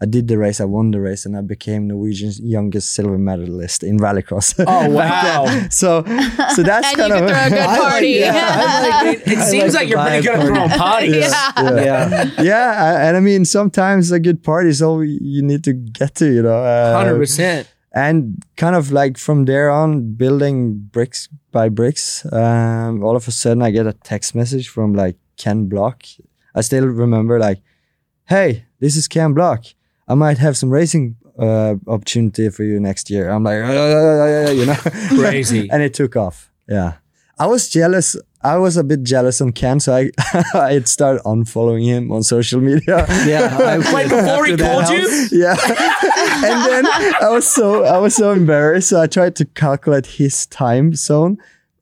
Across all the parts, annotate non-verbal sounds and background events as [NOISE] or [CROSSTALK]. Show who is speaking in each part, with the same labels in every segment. Speaker 1: I did the race, I won the race, and I became Norwegian's youngest silver medalist in rallycross. [LAUGHS]
Speaker 2: Oh, wow.
Speaker 1: so,
Speaker 3: [LAUGHS]
Speaker 1: so that's
Speaker 3: And you
Speaker 1: kind
Speaker 3: could
Speaker 1: of
Speaker 3: throw a good
Speaker 1: [LAUGHS] I like-
Speaker 2: [LAUGHS]
Speaker 3: party. [LAUGHS]
Speaker 1: yeah, I like
Speaker 2: It
Speaker 1: I
Speaker 2: seems like
Speaker 1: the
Speaker 2: you're pretty
Speaker 1: vibe
Speaker 2: good at
Speaker 1: party.
Speaker 2: throwing [LAUGHS] parties.
Speaker 3: Yeah.
Speaker 2: Yeah.
Speaker 1: yeah, I, and I mean sometimes a good party is all you need to get to, you know.
Speaker 2: [LAUGHS]
Speaker 1: uh,
Speaker 2: 100%.
Speaker 1: and kind of like from there on, building bricks by bricks. Um, all of a sudden, I get a text message from like Ken Block. I still remember like, "Hey, this is Ken Block. I might have some racing uh, opportunity for you next year." I'm like, you
Speaker 4: [LAUGHS]
Speaker 1: know,
Speaker 2: Crazy.
Speaker 1: [LAUGHS] and it took off. Yeah. I was jealous. I was a bit jealous on Ken, so I [LAUGHS] I had started unfollowing him on social media.
Speaker 4: Yeah.
Speaker 1: [LAUGHS]
Speaker 4: I
Speaker 2: Wait, before he
Speaker 4: after that
Speaker 2: called you?
Speaker 4: house-
Speaker 1: yeah. and then I was so I was so embarrassed. So I tried to calculate his time zone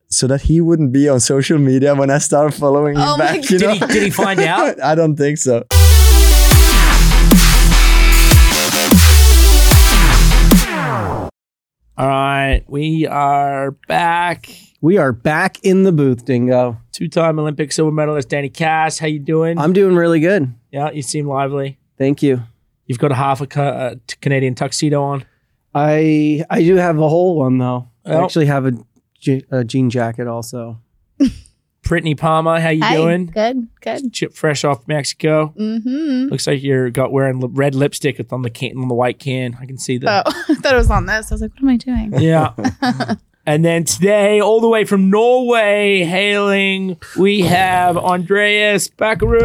Speaker 1: so that he wouldn't be on social media when I started following him
Speaker 3: Oh my
Speaker 1: back. You
Speaker 2: Did
Speaker 1: know?
Speaker 2: he, did
Speaker 1: [LAUGHS]
Speaker 2: he find out?
Speaker 1: I don't think so.
Speaker 2: All right, we are back.
Speaker 4: We are back in the booth, Dingo.
Speaker 2: Two-time Olympic silver medalist Danny Cass, how you doing?
Speaker 4: I'm doing really good.
Speaker 2: yeah, you seem lively.
Speaker 4: Thank you.
Speaker 2: You've got a half a ca- uh, t- Canadian tuxedo on.
Speaker 4: I I do have a whole one though.
Speaker 2: Oh.
Speaker 4: I actually have a, je- a jean jacket also.
Speaker 1: [LAUGHS]
Speaker 2: Brittany Palmer, how you
Speaker 3: Hi.
Speaker 2: doing?
Speaker 3: Good, good.
Speaker 2: Chip fresh off Mexico.
Speaker 3: Mm-hmm.
Speaker 2: Looks like you're got wearing li- red lipstick on the can on the white can. I can see
Speaker 3: Oh, [LAUGHS]
Speaker 2: that.
Speaker 3: I thought it was on this. I was like, what am I doing?
Speaker 1: [LAUGHS]
Speaker 2: Yeah. and then today, all the way from Norway, hailing, we have Andreas Backarud,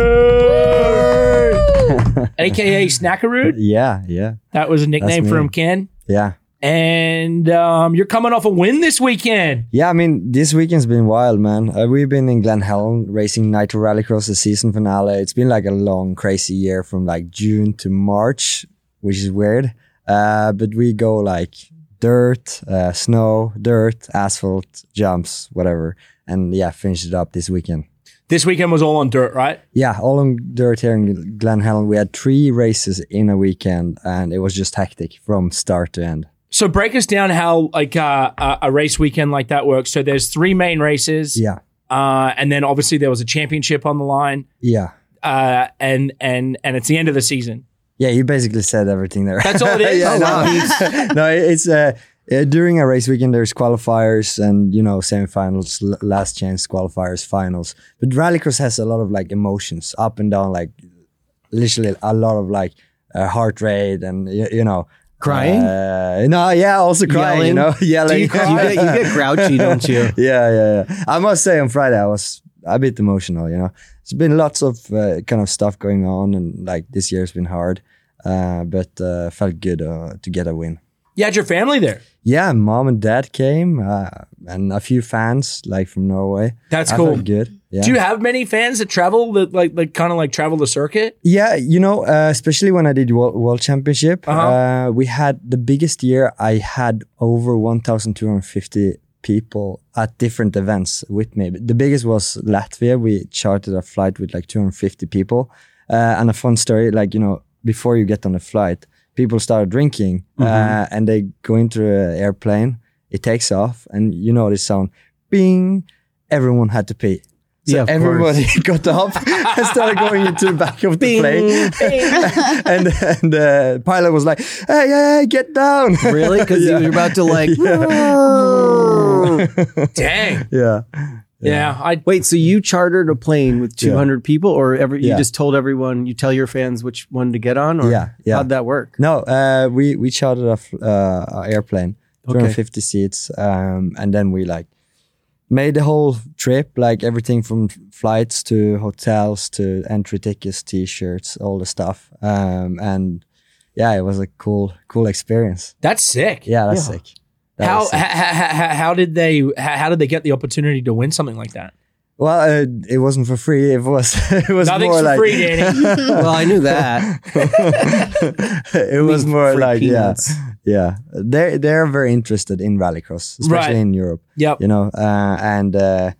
Speaker 2: aka Snackarud.
Speaker 1: [LAUGHS] Yeah, yeah,
Speaker 2: That was a nickname
Speaker 1: me.
Speaker 2: from Ken.
Speaker 1: yeah.
Speaker 2: And um, you're coming off a win this weekend.
Speaker 1: Yeah, I mean, this weekend's been wild, man. Uh, we've been in Glen Helen racing Nitro Rallycross, the season finale. It's been like a long, crazy year from like June to March, which is weird. Uh, but we go like dirt, uh, snow, dirt, asphalt, jumps, whatever. And yeah, finish it up this weekend.
Speaker 2: This weekend was all on dirt, right?
Speaker 1: Yeah, all on dirt here in Glen Helen. We had three races in a weekend and it was just hectic from start to end.
Speaker 2: So break us down how like uh, a- a race weekend like that works. So there's three main races,
Speaker 1: Yeah,
Speaker 2: uh, and then obviously there was a championship on the line,
Speaker 1: yeah.
Speaker 2: uh, and and and it's the end of the season.
Speaker 1: Yeah, you basically said everything there. [LAUGHS]
Speaker 2: That's all it is.
Speaker 1: yeah,
Speaker 2: Oh,
Speaker 1: no,
Speaker 2: wow.
Speaker 1: it's- no, it's uh, uh, during a race weekend. There's qualifiers and you know semifinals, l- last chance qualifiers, finals. But rallycross has a lot of like emotions, up and down, like literally a lot of like uh, heart rate and you, you know
Speaker 4: Crying?
Speaker 1: Uh, no, yeah, also crying. You
Speaker 4: Yelling?
Speaker 1: know, [LAUGHS] yelling.
Speaker 4: you, get, you get grouchy, don't you?
Speaker 1: [LAUGHS] yeah, yeah, yeah. I must say, on Friday, I was a bit emotional. You know, it's been lots of uh, kind of stuff going on, and like this year's been hard, uh, but uh, felt good uh, to get a win.
Speaker 2: You had your family there.
Speaker 1: Yeah, mom and dad came, uh, and a few fans like from Norway.
Speaker 2: That's
Speaker 1: I
Speaker 2: cool.
Speaker 1: felt good. Yeah.
Speaker 2: Do you have many fans that travel that like like kind of like travel the circuit?
Speaker 1: Yeah, you know, uh, especially when I did World, world Championship,
Speaker 2: Uh-huh.
Speaker 1: uh, we had the biggest year. I had over 1,250 people at different events with me. The biggest was Latvia. We chartered a flight with like 250 people. Uh, and a fun story, like, you know, before you get on the flight, people start drinking uh,
Speaker 4: Mm-hmm.
Speaker 1: and they go into an airplane. It takes off, and you know this sound, bing. Everyone had to pee. So
Speaker 4: Yeah,
Speaker 1: [LAUGHS]
Speaker 4: of
Speaker 1: everybody got up and started going into the back of the
Speaker 4: Bing.
Speaker 1: plane. [LAUGHS] and and the pilot was like, hey, hey, hey, get down.
Speaker 4: Really?
Speaker 1: [LAUGHS]
Speaker 4: Because
Speaker 1: Yeah.
Speaker 4: you're about to like.
Speaker 2: Dang.
Speaker 1: [LAUGHS] yeah.
Speaker 2: yeah. I
Speaker 4: Wait, so you chartered a plane with 200 people, or every you
Speaker 1: Yeah.
Speaker 4: just told everyone, you tell your fans which one to get on, or
Speaker 1: Yeah, yeah.
Speaker 4: how'd that
Speaker 1: [LAUGHS]
Speaker 4: work?
Speaker 1: No, uh, we, we chartered a, fl- uh, a airplane, 250 seats. Um, and then we like made the whole trip, like everything from flights to hotels to entry tickets, t-shirts, all the stuff. Um, and yeah, it was a cool, cool experience.
Speaker 2: that's sick.
Speaker 1: Yeah, that's sick. That
Speaker 2: How,
Speaker 1: was sick.
Speaker 2: how, how how did they how, how did they get the opportunity to win something like that?
Speaker 1: Well, uh, it wasn't for free. It was. [LAUGHS] It was
Speaker 2: Nothing's
Speaker 1: more
Speaker 2: for
Speaker 1: like.
Speaker 2: free,
Speaker 1: [LAUGHS]
Speaker 2: Danny.
Speaker 4: well, I knew that.
Speaker 1: it was more like yeah, yeah. They they're very interested in rallycross, especially
Speaker 2: Right.
Speaker 1: in Europe.
Speaker 2: yep.
Speaker 1: You know, uh, and uh,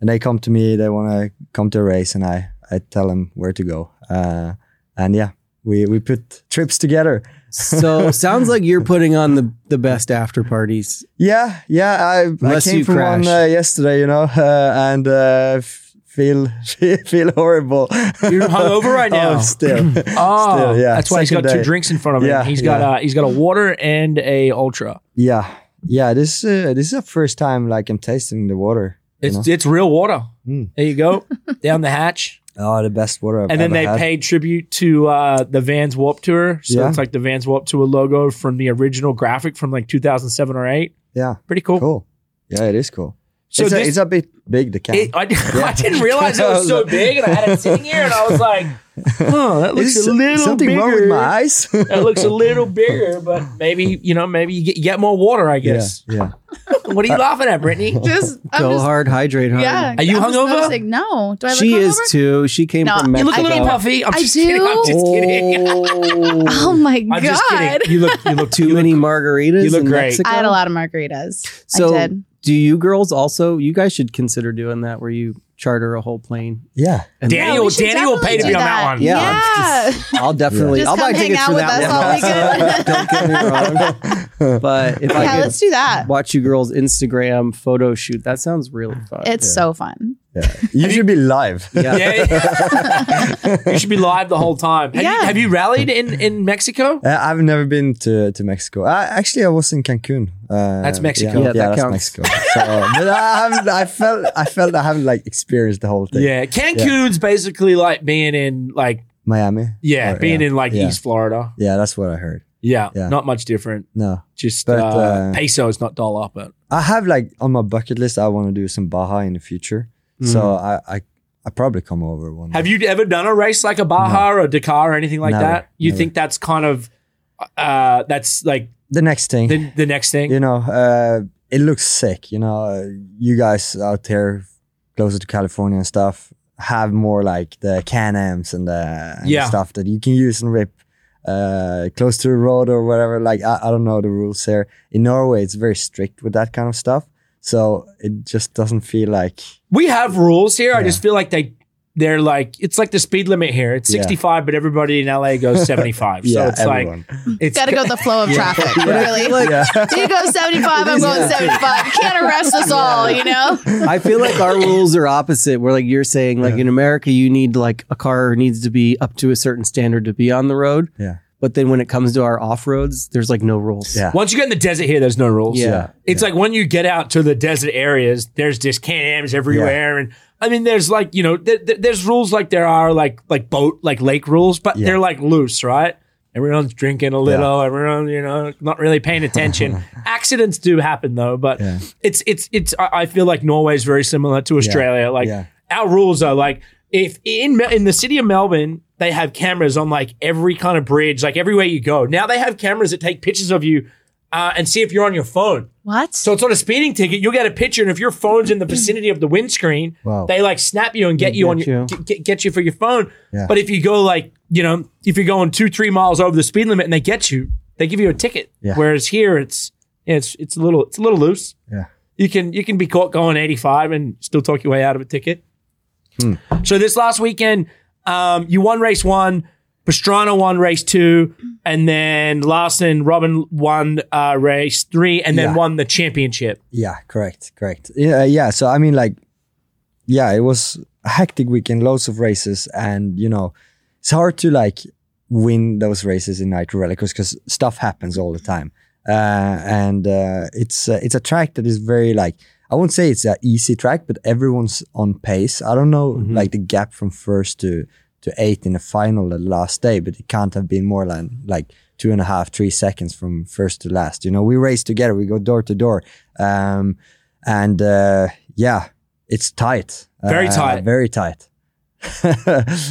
Speaker 1: and they come to me. They want to come to a race, and I I tell them where to go. Uh, and yeah, we we put trips together. [LAUGHS]
Speaker 4: So sounds like you're putting on the the best after parties.
Speaker 1: Yeah, yeah. I, I
Speaker 4: Unless
Speaker 1: came
Speaker 4: you
Speaker 1: from one
Speaker 4: crash.
Speaker 1: [LAUGHS] uh, yesterday, you know, uh, and uh, f- feel [LAUGHS] feel horrible.
Speaker 2: You're hungover right
Speaker 1: [LAUGHS]
Speaker 2: now.
Speaker 1: oh, still.
Speaker 2: [LAUGHS] Oh,
Speaker 1: Still, yeah,
Speaker 2: that's why he's got
Speaker 1: second
Speaker 2: two
Speaker 1: day.
Speaker 2: drinks in front of him.
Speaker 1: Yeah,
Speaker 2: he's got
Speaker 1: yeah.
Speaker 2: uh, he's got a water and a ultra.
Speaker 1: yeah, yeah. This uh, this is the first time like I'm tasting the water. you
Speaker 2: It's it's real water.
Speaker 1: Mm.
Speaker 2: There you
Speaker 1: [LAUGHS]
Speaker 2: go, down the hatch,
Speaker 1: know? oh, the best water I've
Speaker 2: and then
Speaker 1: ever
Speaker 2: they
Speaker 1: had.
Speaker 2: paid tribute to uh, the Vans Warp Tour. So
Speaker 1: Yeah.
Speaker 2: it's like the Vans Warp Tour logo from the original graphic from like 2007 or eight.
Speaker 1: Yeah,
Speaker 2: Pretty cool.
Speaker 1: cool. Yeah, it is cool.
Speaker 2: So
Speaker 1: it's, a,
Speaker 2: this-
Speaker 1: it's a bit big. The can.
Speaker 2: It, I, [LAUGHS] I didn't realize it was so big, and I had it sitting here, and I was like, "Huh, that looks
Speaker 1: Is
Speaker 2: a little
Speaker 1: something
Speaker 2: bigger."
Speaker 1: wrong with my eyes? [LAUGHS]
Speaker 2: That looks a little bigger, but maybe you know, maybe you get, you get more water. I guess.
Speaker 1: Yeah, yeah.
Speaker 2: [LAUGHS] What are you laughing at, Brittany?
Speaker 3: Just I'm
Speaker 4: Go
Speaker 3: just,
Speaker 4: hard, hydrate hard.
Speaker 3: Yeah.
Speaker 2: Are you
Speaker 3: I'm just
Speaker 2: hungover?
Speaker 3: noticing- No. Do I look
Speaker 4: She is
Speaker 3: hungover?
Speaker 4: too. She came
Speaker 3: No,
Speaker 4: from
Speaker 3: you
Speaker 2: You look
Speaker 4: Mexico.
Speaker 2: a little puffy. I'm
Speaker 3: I
Speaker 2: just kidding.
Speaker 4: [LAUGHS]
Speaker 2: I'm just
Speaker 3: do.
Speaker 2: kidding.
Speaker 3: Oh my
Speaker 2: I'm
Speaker 3: god.
Speaker 2: just kidding. You look, you look
Speaker 4: [LAUGHS] Too
Speaker 2: you
Speaker 4: many
Speaker 2: Look,
Speaker 4: margaritas.
Speaker 2: you look
Speaker 4: in
Speaker 2: great.
Speaker 3: [LAUGHS]
Speaker 4: Mexico?
Speaker 3: I had a lot of margaritas.
Speaker 4: So,
Speaker 3: I did.
Speaker 4: do you girls also? You guys should consider doing that, where you charter a whole plane.
Speaker 1: yeah.
Speaker 4: And
Speaker 2: Danny
Speaker 3: Yeah,
Speaker 2: will,
Speaker 3: we should
Speaker 2: Danny will pay to
Speaker 3: definitely
Speaker 2: be
Speaker 3: do
Speaker 2: on that
Speaker 3: that.
Speaker 2: one.
Speaker 4: Yeah.
Speaker 3: Yeah.
Speaker 4: I'll definitely.
Speaker 3: Just
Speaker 4: I'll buy
Speaker 3: come hang
Speaker 4: tickets
Speaker 3: out
Speaker 4: for
Speaker 1: [LAUGHS]
Speaker 3: with
Speaker 4: that one. Don't
Speaker 2: [LAUGHS]
Speaker 4: get me wrong. But
Speaker 3: [LAUGHS]
Speaker 4: if
Speaker 3: yeah,
Speaker 4: I could
Speaker 3: let's do that.
Speaker 4: watch you girls' Instagram photo shoot, that sounds really fun.
Speaker 3: It's so fun.
Speaker 1: yeah. You should be live.
Speaker 4: yeah.
Speaker 2: Yeah. you should be live the whole time. Have, you,
Speaker 3: Yeah.
Speaker 2: have you rallied in, in Mexico?
Speaker 1: [LAUGHS] Uh, I've never been to, to Mexico. I, actually, I was in Cancun. Uh,
Speaker 2: That's
Speaker 1: Yeah,
Speaker 2: Mexico.
Speaker 4: Yeah,
Speaker 1: yeah,
Speaker 4: that
Speaker 1: that's
Speaker 4: counts.
Speaker 1: Mexico. So, but I, haven't, I felt I felt I haven't like experienced the whole thing.
Speaker 2: Yeah. Cancun's basically like being in like
Speaker 1: Miami.
Speaker 2: yeah,
Speaker 1: Or,
Speaker 2: being
Speaker 1: yeah.
Speaker 2: in like
Speaker 1: Yeah.
Speaker 2: East Florida.
Speaker 1: Yeah, that's what I heard.
Speaker 2: Yeah,
Speaker 1: Yeah.
Speaker 2: Not much different.
Speaker 1: No,
Speaker 2: Just
Speaker 1: But,
Speaker 2: uh,
Speaker 1: uh,
Speaker 2: pesos, not dollar, but
Speaker 1: I have like on my bucket list. I want to do some Baja in the future. So
Speaker 2: Mm.
Speaker 1: I, I I probably come over one.
Speaker 2: have
Speaker 1: day.
Speaker 2: you ever done a race like a Baja or Dakar or anything like
Speaker 1: Never,
Speaker 2: that? You
Speaker 1: never.
Speaker 2: think that's kind of uh that's like
Speaker 1: the next thing?
Speaker 2: the, the next thing?
Speaker 1: you know, uh, it looks sick. You know, uh, you guys out there closer to California and stuff have more like the Can Am's and the and
Speaker 2: Yeah.
Speaker 1: stuff that you can use and rip uh, close to the road or whatever. Like, I, I don't know the rules there. In Norway, it's very strict with that kind of stuff. So it just doesn't feel like,
Speaker 2: We have rules here. I
Speaker 1: Yeah.
Speaker 2: just feel like they they're like it's like the speed limit here. It's
Speaker 1: Yeah.
Speaker 2: 65, but everybody in LA
Speaker 1: [LAUGHS]
Speaker 2: goes 75.
Speaker 1: yeah,
Speaker 2: so it's
Speaker 1: everyone.
Speaker 2: like it's
Speaker 3: Gotta go with the flow of traffic. Really.
Speaker 1: [LAUGHS] yeah.
Speaker 3: [LAUGHS] you go 75, I'm going 75. You can't arrest us all, you know?
Speaker 2: [LAUGHS]
Speaker 4: I feel
Speaker 3: [LAUGHS]
Speaker 4: like our rules are opposite. Where like you're saying, like in America, you need like a car needs to be up to a certain standard to be on the road.
Speaker 1: Yeah.
Speaker 4: But then when it comes to our off roads, there's like no rules.
Speaker 1: Yeah.
Speaker 2: once you get in the desert here, there's no rules.
Speaker 4: Yeah.
Speaker 2: It's like when you get out to the desert areas, there's just cams everywhere. And I mean, there's like, you know, th- th- there's rules like there are like, like boat, like lake rules, but
Speaker 1: Yeah.
Speaker 2: they're like loose, right? Everyone's drinking a little, everyone, you know, not really paying attention.
Speaker 1: [LAUGHS]
Speaker 2: Accidents do happen though, but
Speaker 1: Yeah.
Speaker 2: it's, it's, it's, I, I feel like Norway's very similar to Australia. Like
Speaker 1: Yeah.
Speaker 2: our rules are like, if in Mel- in the city of Melbourne they have cameras on like every kind of bridge, like everywhere you go. Now they have cameras that take pictures of you uh, and see if you're on your phone.
Speaker 3: What?
Speaker 2: So it's on a speeding ticket. You'll get a picture, and if your phone's in the vicinity of the windscreen,
Speaker 1: Wow.
Speaker 2: they like snap you and get
Speaker 4: They
Speaker 2: you on
Speaker 4: get
Speaker 2: your
Speaker 4: you.
Speaker 2: Get, get- get you for your phone.
Speaker 1: Yeah.
Speaker 2: But if you go like you know if you're going two three miles over the speed limit and they get you, they give you a ticket.
Speaker 1: Yeah.
Speaker 2: Whereas here it's it's it's a little it's a little loose.
Speaker 1: Yeah.
Speaker 2: You can you can be caught going 85 and still talk your way out of a ticket.
Speaker 1: Hmm.
Speaker 2: So this last weekend, um, you won race one. Pastrana won race two, and then Larson Robin won uh, race three, and then
Speaker 1: Yeah.
Speaker 2: won the championship.
Speaker 1: Yeah, correct, correct. Yeah, uh, yeah. So I mean, like, yeah, it was a hectic weekend, loads of races, and you know, it's hard to like win those races in night relicos because stuff happens all the time, uh, and uh, it's uh, it's a track that is very like I won't say it's an easy track, but everyone's on pace. I don't know
Speaker 2: Mm-hmm.
Speaker 1: like the gap from first to to eighth in the final the last day, but it can't have been more than like two and a half, three seconds from first to last. You know, we race together, we go door to door, um, and uh, yeah, it's tight,
Speaker 2: Very
Speaker 1: Uh,
Speaker 2: tight.
Speaker 1: very tight. [LAUGHS]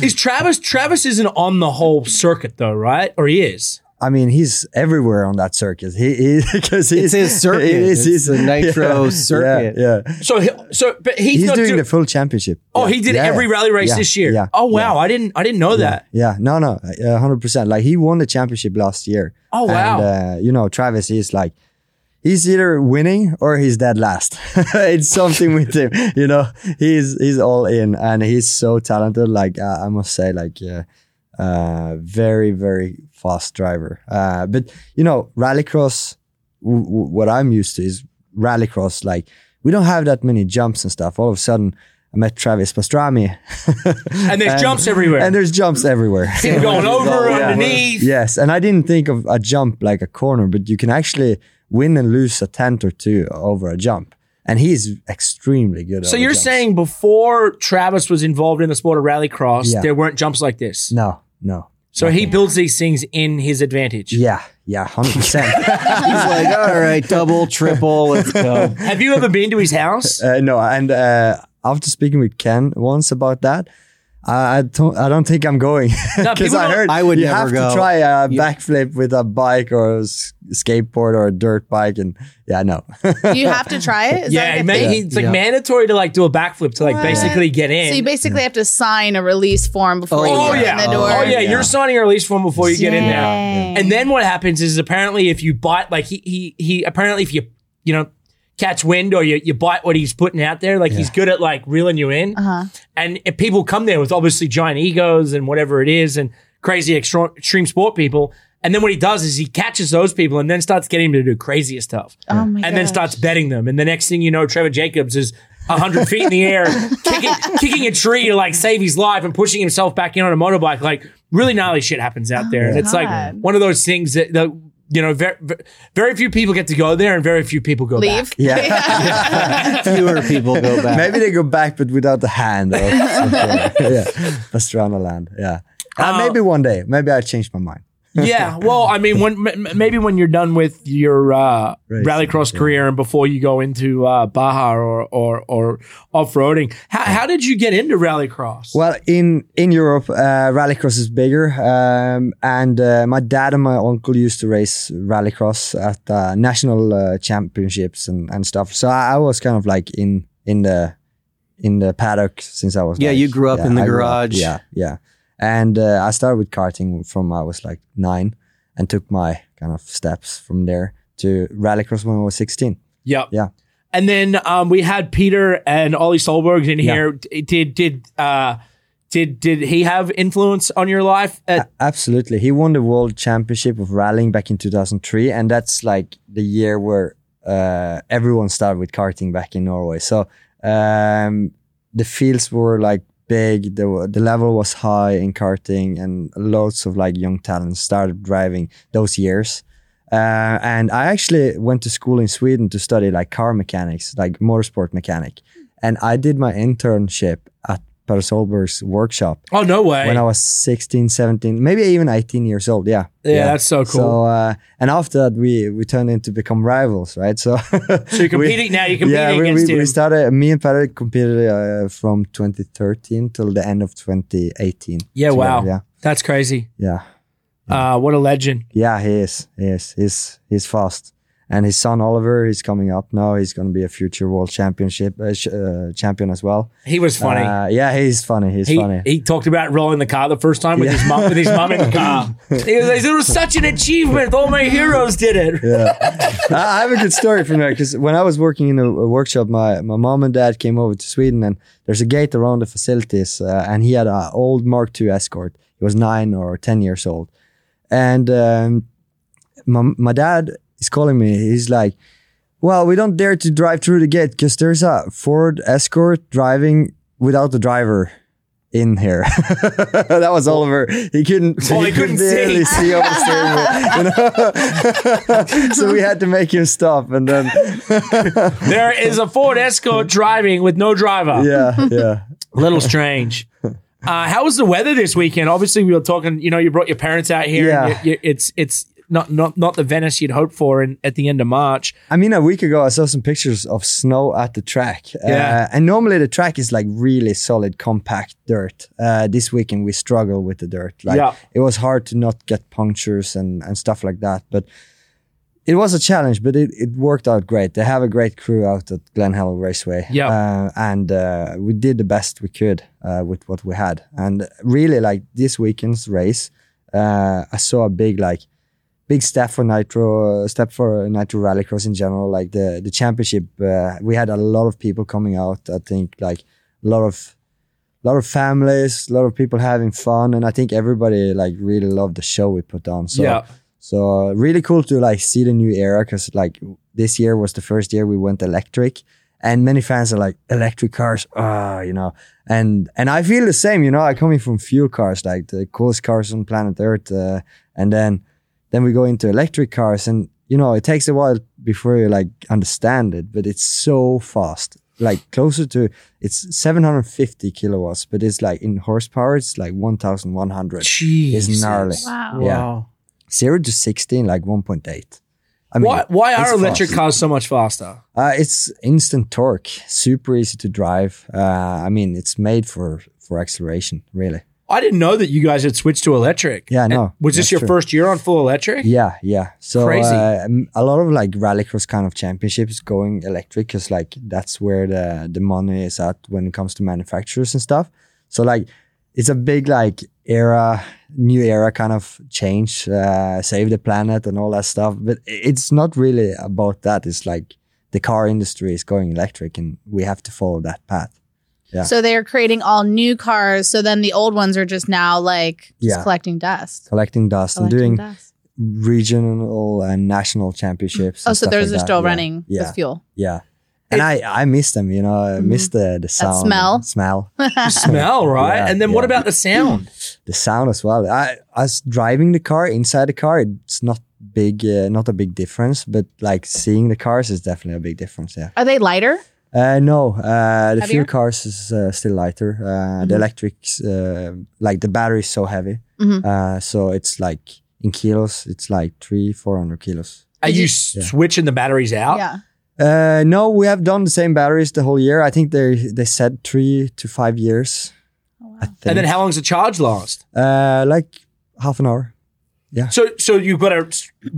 Speaker 2: Is Travis? Travis isn't on the whole circuit though, right? Or he is.
Speaker 1: I mean, he's everywhere on that circuit. He [LAUGHS] because
Speaker 4: It's his circuit. It's
Speaker 1: [LAUGHS]
Speaker 4: the Nitro circuit.
Speaker 1: Yeah, yeah.
Speaker 2: So he, so, but he's,
Speaker 1: he's
Speaker 2: not
Speaker 1: doing
Speaker 2: doing.
Speaker 1: the full championship.
Speaker 2: oh,
Speaker 1: Yeah.
Speaker 2: he did
Speaker 1: Yeah,
Speaker 2: every
Speaker 1: yeah.
Speaker 2: rally race
Speaker 1: Yeah,
Speaker 2: this year.
Speaker 1: yeah,
Speaker 2: oh wow, I didn't I didn't know that.
Speaker 1: Yeah, no, no, uh, hundred percent. Like he won the championship last year.
Speaker 2: Oh, wow.
Speaker 1: And, uh, you know, Travis is like, he's either winning or he's dead last. [LAUGHS] it's something with him. [LAUGHS] You know, he's he's all in, and he's so talented. Like uh, I must say, like uh, uh, very very fast driver. Uh, but you know, rallycross. W- w- what I'm used to is rallycross. Like we don't have that many jumps and stuff. All of a sudden, I met Travis Pastrami. [LAUGHS]
Speaker 2: And there's jumps everywhere.
Speaker 1: And there's jumps
Speaker 2: [LAUGHS]
Speaker 1: everywhere. [LAUGHS]
Speaker 2: People going over,
Speaker 1: Yeah.
Speaker 2: underneath.
Speaker 1: Yes, and I didn't think of a jump like a corner, but you can actually win and lose a tent or two over a jump. And he's extremely good.
Speaker 2: So
Speaker 1: over
Speaker 2: you're
Speaker 1: jumps.
Speaker 2: saying before Travis was involved in the sport of rallycross,
Speaker 1: Yeah.
Speaker 2: there weren't jumps like this.
Speaker 1: no, no.
Speaker 2: So he builds these things in his advantage.
Speaker 1: Yeah, yeah, hundred
Speaker 2: [LAUGHS]
Speaker 1: percent.
Speaker 4: He's like, all right, double, triple, let's go.
Speaker 2: Have you ever been to
Speaker 1: [LAUGHS]
Speaker 2: his house?
Speaker 1: Uh, no, and uh, after speaking with Ken once about that, I, I don't. I don't think I'm going [LAUGHS]
Speaker 2: No,
Speaker 1: because
Speaker 2: people
Speaker 1: I
Speaker 2: don't-
Speaker 1: heard
Speaker 4: I would
Speaker 1: you
Speaker 4: never
Speaker 1: have
Speaker 4: go.
Speaker 1: to try a backflip with a bike or a s- skateboard or a dirt bike, and yeah, no. [LAUGHS]
Speaker 3: You have to try it. Is
Speaker 2: yeah, he
Speaker 3: that like
Speaker 2: ma-
Speaker 3: a thing?
Speaker 2: he- it's like
Speaker 4: Yeah.
Speaker 2: mandatory to like do a backflip to like
Speaker 3: What?
Speaker 2: basically get in.
Speaker 3: So you basically have to sign a release form before
Speaker 4: Oh,
Speaker 2: oh
Speaker 3: you get
Speaker 2: yeah,
Speaker 3: in the
Speaker 2: oh
Speaker 3: door.
Speaker 2: yeah,
Speaker 1: Yeah.
Speaker 2: you're signing a release form before you get in there.
Speaker 3: Dang.
Speaker 2: And then what happens is apparently if you bite like he he he apparently if you you know catch wind or you, you bite what he's putting out there like he's good at like reeling you in
Speaker 3: Uh-huh.
Speaker 2: and if people come there with obviously giant egos and whatever it is and crazy extra- extreme sport people and then what he does is he catches those people and then starts getting them to do crazier stuff
Speaker 3: Oh my
Speaker 2: and then
Speaker 3: gosh.
Speaker 2: starts betting them and the next thing you know Trevor Jacobs is 100 feet in the
Speaker 3: [LAUGHS]
Speaker 2: air kicking, kicking a tree to like save his life and pushing himself back in on a motorbike like really gnarly shit happens out there and it's like
Speaker 3: Oh God.
Speaker 2: one of those things that the you know very, very few people get to go there and very few people go
Speaker 3: leave.
Speaker 2: back.
Speaker 1: Yeah. [LAUGHS]
Speaker 4: Fewer people go back.
Speaker 1: Maybe they go back, but without the
Speaker 4: [LAUGHS]
Speaker 1: hand. Or something. yeah, Pastrana land. Yeah, uh, maybe one day. Maybe I changed my mind.
Speaker 2: [LAUGHS] yeah well i mean when m- m- maybe when you're done with your uh,
Speaker 1: Right.
Speaker 2: rallycross career and before you go into uh, baja or or, or off-roading how, how did you get into rallycross
Speaker 1: Well, in in Europe, uh, rallycross is bigger, um, and uh, my dad and my uncle used to race rallycross at uh, national uh, championships and, and stuff. So I, I was kind of like in in the in the paddock since I was.
Speaker 4: Yeah,
Speaker 1: like-
Speaker 4: you grew up in the
Speaker 1: I grew
Speaker 4: garage.
Speaker 1: yeah, yeah, and uh, I started with karting from I was like nine, and took my kind of steps from there to rallycross when I was sixteen.
Speaker 2: yep
Speaker 1: Yeah.
Speaker 2: and then um, we had peter and ollie solbergs in
Speaker 1: Yeah.
Speaker 2: here D- did did uh did did he have influence on your life
Speaker 1: Uh,
Speaker 2: at,
Speaker 1: Absolutely. He won the world championship of rallying back in 2003. And that's like the year where uh, everyone started with karting back in Norway. So um, the fields were like big, the, the level was high in karting, and loads of like young talents started driving those years. Uh, and I actually went to school in Sweden to study like car mechanics, like motorsport mechanic. And I did my internship at Per Solberg's workshop
Speaker 2: oh no way
Speaker 1: when I was 16, 17, maybe even 18 years old. Yeah.
Speaker 2: yeah, that's so cool
Speaker 1: So, uh, and after that, we, we turned in to become rivals, right? So, [LAUGHS]
Speaker 2: so, you're competing now you're competing
Speaker 1: yeah, we,
Speaker 2: against
Speaker 1: we,
Speaker 2: him
Speaker 1: we started, me and Patrick competed uh, from 2013 till the end of 2018.
Speaker 2: yeah wow
Speaker 1: together, Yeah.
Speaker 2: that's crazy
Speaker 1: Yeah.
Speaker 2: uh what a legend
Speaker 1: Yeah, he is. He is. He's, he's fast. And his son Oliver is coming up now. He's going to be a future world championship uh, sh- uh, champion as well.
Speaker 2: he was funny
Speaker 1: Uh, yeah, he's funny. He's
Speaker 2: He,
Speaker 1: funny.
Speaker 2: he talked about rolling the car the first time with his mom with his mom in the car. He was like, "It was such an achievement. All my heroes did it."
Speaker 1: I I have a good story from there because when I was working in a, a workshop, my, my mom and dad came over to Sweden, and there's a gate around the facilities, uh, and he had an old Mark II Escort. He was nine or ten years old, and um, my my dad is calling me. He's like, "Well, we don't dare to drive through the gate because there's a Ford Escort driving without the driver." In here, [LAUGHS] that was Oliver. He couldn't.
Speaker 2: Oh, he couldn't see.
Speaker 1: barely see over the steering wheel, you know? [LAUGHS] so we had to make him stop, and then
Speaker 2: There is a Ford Escort driving with no driver.
Speaker 1: yeah, yeah. [LAUGHS]
Speaker 2: Little strange. Uh, how was the weather this weekend? Obviously, we were talking. You know, you brought your parents out here. and
Speaker 1: Yeah.
Speaker 2: you- you- it's it's not not not the Venice you'd hoped for in, at the end of March.
Speaker 1: I mean, a week ago, I saw some pictures of snow at the track.
Speaker 2: Yeah.
Speaker 1: Uh, and normally the track is like really solid, compact dirt. Uh, this weekend, we struggled with the dirt. Like,
Speaker 2: Yeah.
Speaker 1: It was hard to not get punctures and, and stuff like that. But it was a challenge, but it, it worked out great. They have a great crew out at Glen Helen Raceway.
Speaker 2: Yeah.
Speaker 1: Uh, and uh, we did the best we could uh, with what we had. And really, like this weekend's race, uh, I saw a big, like, big step for Nitro, uh, step for Nitro Rallycross in general. Like the the championship, uh, we had a lot of people coming out. I think like a lot of lot of families, a lot of people having fun, and I think everybody like really loved the show we put on. So
Speaker 2: Yeah.
Speaker 1: so uh, really cool to like see the new era because like this year was the first year we went electric. And many fans are like, electric cars, ah, you know. And and I feel the same, you know. I come in from fuel cars, like the coolest cars on planet Earth, uh, and then then we go into electric cars, and you know, it takes a while before you like understand it, but it's so fast. Like closer to it's 750 kilowatts, but it's like in horsepower, it's like 1,100. It's gnarly.
Speaker 3: Wow.
Speaker 1: Yeah. Zero to 60 in like 1.8. I mean,
Speaker 2: Why, why
Speaker 1: it's
Speaker 2: are electric
Speaker 1: fast.
Speaker 2: cars so much faster?
Speaker 1: Uh, it's instant torque, super easy to drive. Uh, I mean, it's made for for acceleration, really.
Speaker 2: I didn't know that you guys had switched to electric.
Speaker 1: Yeah,
Speaker 2: And
Speaker 1: no, that's
Speaker 2: Was this your
Speaker 1: true.
Speaker 2: first year on full
Speaker 3: [LAUGHS]
Speaker 2: electric?
Speaker 1: Yeah, yeah. So
Speaker 2: Crazy.
Speaker 1: uh, m- a lot of like rallycross kind of championships going electric because like that's where the the money is at when it comes to manufacturers and stuff. So like it's a big like era, new era kind of change, uh, save the planet and all that stuff. But i- it's not really about that. It's like the car industry is going electric and we have to follow that path. Yeah.
Speaker 3: So they are creating all new cars. So then the old ones are just now like just
Speaker 1: Yeah.
Speaker 3: collecting dust.
Speaker 1: Collecting dust
Speaker 3: Collecting
Speaker 1: and doing
Speaker 3: dust.
Speaker 1: regional and national championships.
Speaker 3: Oh,
Speaker 1: and
Speaker 3: so
Speaker 1: stuff like
Speaker 3: those are
Speaker 1: that.
Speaker 3: still
Speaker 1: Yeah.
Speaker 3: running
Speaker 1: Yeah.
Speaker 3: with fuel.
Speaker 1: Yeah. And I, I miss them, you know, I miss the, the sound. and
Speaker 3: smell.
Speaker 1: Smell.
Speaker 2: Mm-hmm.
Speaker 1: [LAUGHS]
Speaker 2: Smell, right?
Speaker 1: Yeah,
Speaker 2: and then what
Speaker 1: yeah.
Speaker 2: about the sound?
Speaker 1: The sound as well. I, us driving the car inside the car, it's not big, uh, not a big difference, but like seeing the cars is definitely a big difference. Yeah.
Speaker 3: Are they lighter?
Speaker 1: Uh, no, uh, the
Speaker 3: Heavier?
Speaker 1: fuel cars is uh, still lighter. Uh, The electrics, uh, like the battery is so heavy.
Speaker 3: Mhm.
Speaker 1: Uh, so it's like in kilos, it's like three, 400 kilos.
Speaker 2: Are you s
Speaker 1: Yeah.
Speaker 2: switching the batteries out?
Speaker 3: Yeah.
Speaker 1: Uh, no, we have done the same batteries the whole year. I think they they said three to five years. I think.
Speaker 2: And then how long's the charge last?
Speaker 1: uh, like half an hour.
Speaker 2: So so you've got to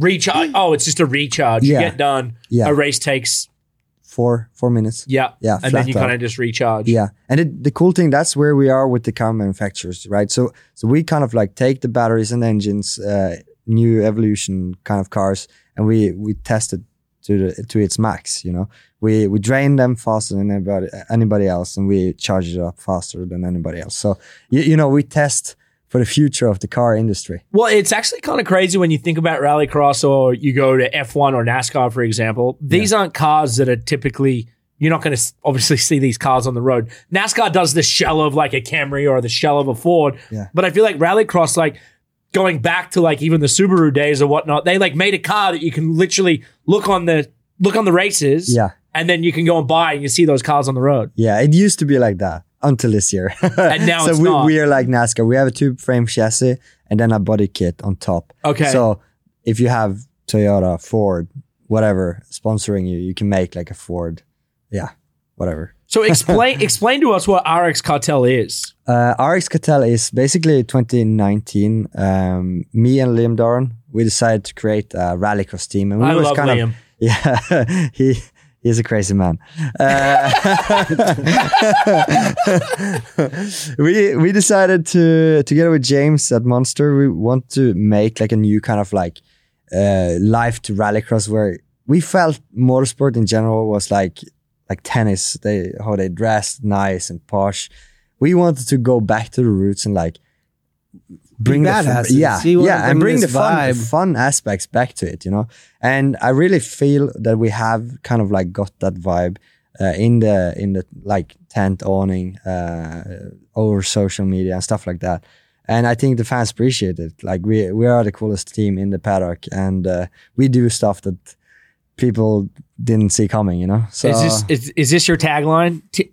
Speaker 2: recharge. Oh, it's just a recharge.
Speaker 1: Yeah.
Speaker 2: You get done.
Speaker 1: Yeah.
Speaker 2: A race takes.
Speaker 1: Four four minutes.
Speaker 2: Yeah.
Speaker 1: Yeah,
Speaker 2: Uh,
Speaker 1: flat
Speaker 2: And then you
Speaker 1: out.
Speaker 2: kind of just recharge.
Speaker 1: Yeah, and it, the cool thing that's where we are with the car manufacturers, right? So so we kind of like take the batteries and engines, uh, new evolution kind of cars, and we we test it to the, to its max. You know, we we drain them faster than anybody anybody else, and we charge it up faster than anybody else. So you, you know, we test for the future of the car industry.
Speaker 2: Well, it's actually kind of crazy when you think about rallycross or you go to F1 or NASCAR, for example. These aren't cars that are typically, you're not going to obviously see these cars on the road. NASCAR does the shell of like a Camry or the shell of a Ford.
Speaker 1: Yeah.
Speaker 2: But I feel like rallycross, like going back to like even the Subaru days or whatnot, they like made a car that you can literally look on the, look on the races.
Speaker 1: Yeah.
Speaker 2: And then you can go and buy and you see those cars on the road.
Speaker 1: Yeah, it used to be like that until this year.
Speaker 2: And
Speaker 1: [LAUGHS]
Speaker 2: now
Speaker 1: so
Speaker 2: it's
Speaker 1: we,
Speaker 2: not.
Speaker 1: we are like NASCAR. We have a tube frame chassis and then a body kit on top.
Speaker 2: Okay.
Speaker 1: So if you have Toyota, Ford, whatever sponsoring you, you can make like a Ford. Yeah, whatever. [LAUGHS]
Speaker 2: So explain, explain to us what RX Cartel is.
Speaker 1: Uh, RX Catel is basically 2019. Um, me and Liam Doran, we decided to create a rallycross team, and we
Speaker 2: I
Speaker 1: was
Speaker 2: love
Speaker 1: kind of
Speaker 2: Liam.
Speaker 1: [LAUGHS] yeah, he he's a crazy man. Uh, [LAUGHS] we we decided to together with James at Monster, we want to make like a new kind of like uh, life to rallycross where we felt motorsport in general was like like tennis. They how they dressed nice and posh. We wanted to go back to the roots and like bring the fun,
Speaker 4: badasses.
Speaker 1: yeah
Speaker 4: You wanna
Speaker 1: yeah and
Speaker 4: bring
Speaker 1: bring the
Speaker 4: this
Speaker 1: fun,
Speaker 4: vibe.
Speaker 1: fun aspects back to it you know and i really feel that we have kind of like got that vibe uh, in the in the like tent awning uh, over social media and stuff like that and i think the fans appreciate it like we we are the coolest team in the paddock and uh, we do stuff that people didn't see coming you know so
Speaker 2: Is this is, is this your tagline? T-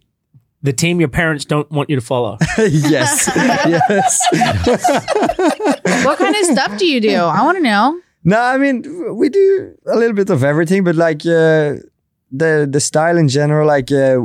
Speaker 2: the team your parents don't want you to follow.
Speaker 1: [LAUGHS] yes yes
Speaker 3: [LAUGHS]
Speaker 1: [LAUGHS]
Speaker 3: what kind of stuff do you do? I want to know.
Speaker 1: No, I mean we do a little bit of everything, but like uh, the the style in general, like uh,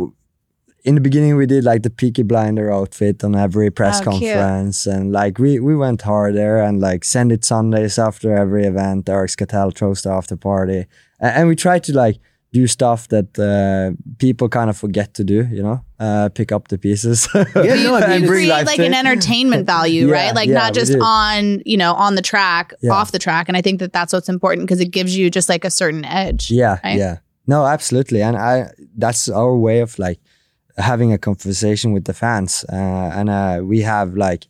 Speaker 1: in the beginning we did like the Peaky Blinder outfit on every press
Speaker 3: Oh, cute.
Speaker 1: conference, and like we we went harder and like send it Sundays after every event. Eric Cattell throws the after party, and, and we try to like do stuff that uh, people kind of forget to do, you know, uh, pick up the pieces. [LAUGHS]
Speaker 4: Yeah, no, I mean,
Speaker 1: bring
Speaker 3: You create
Speaker 1: life
Speaker 3: like
Speaker 1: to
Speaker 3: an
Speaker 1: it. [LAUGHS]
Speaker 3: entertainment value,
Speaker 1: Yeah,
Speaker 3: right? Like
Speaker 1: yeah,
Speaker 3: not
Speaker 1: we
Speaker 3: just
Speaker 1: do.
Speaker 3: on, you know, on the track,
Speaker 1: Yeah.
Speaker 3: off the track. And I think that that's what's important because it gives you just like a certain edge.
Speaker 1: Yeah,
Speaker 3: right?
Speaker 1: yeah. No, absolutely. And I that's our way of like having a conversation with the fans. Uh, and uh, we have like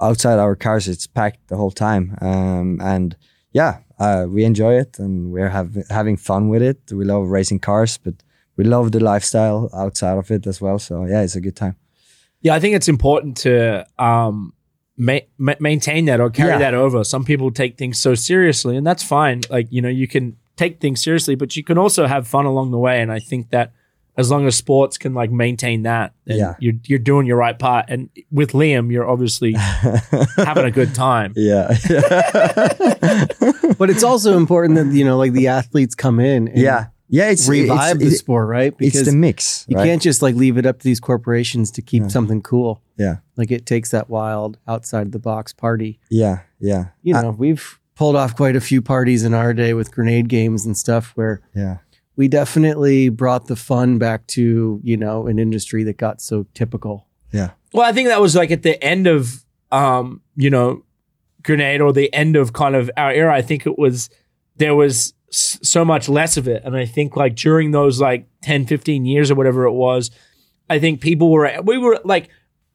Speaker 1: outside our cars, it's packed the whole time. Um, and yeah, uh, we enjoy it and we're have, having fun with it. We love racing cars, but we love the lifestyle outside of it as well. So yeah, it's a good time.
Speaker 2: [LAUGHS]
Speaker 1: [LAUGHS]
Speaker 2: Yeah, I think it's important to um, ma- ma- maintain that or carry
Speaker 1: Yeah.
Speaker 2: that over. Some people take things so seriously, and that's fine. Like you know, you can take things seriously, but you can also have fun along the way. And I think that as long as sports can like maintain that, then
Speaker 1: Yeah.
Speaker 2: you're you're doing your right part. And with Liam, you're [LAUGHS] obviously having a good time.
Speaker 1: yeah, [LAUGHS]
Speaker 4: But it's also important that you know, like the athletes come in, and
Speaker 1: yeah, yeah. It's
Speaker 4: revive
Speaker 1: it's,
Speaker 4: the
Speaker 1: it-
Speaker 4: sport, right?
Speaker 1: it's the mix.
Speaker 4: you
Speaker 1: right?
Speaker 4: can't just like leave it up to these corporations to keep something cool.
Speaker 1: Yeah,
Speaker 4: Like it takes that wild outside the box party.
Speaker 1: yeah, yeah,
Speaker 4: You know, we've pulled off quite a few parties in our day with grenade games and stuff where
Speaker 1: yeah,
Speaker 4: we definitely brought the fun back to, you know, an industry that got so typical.
Speaker 2: Well, I think that was like at the end of, um, you know, Grenade or the end of kind of our era. I think it was, there was s- so much less of it. And I think like during those like 10, 15 years or whatever it was, I think people were, we were like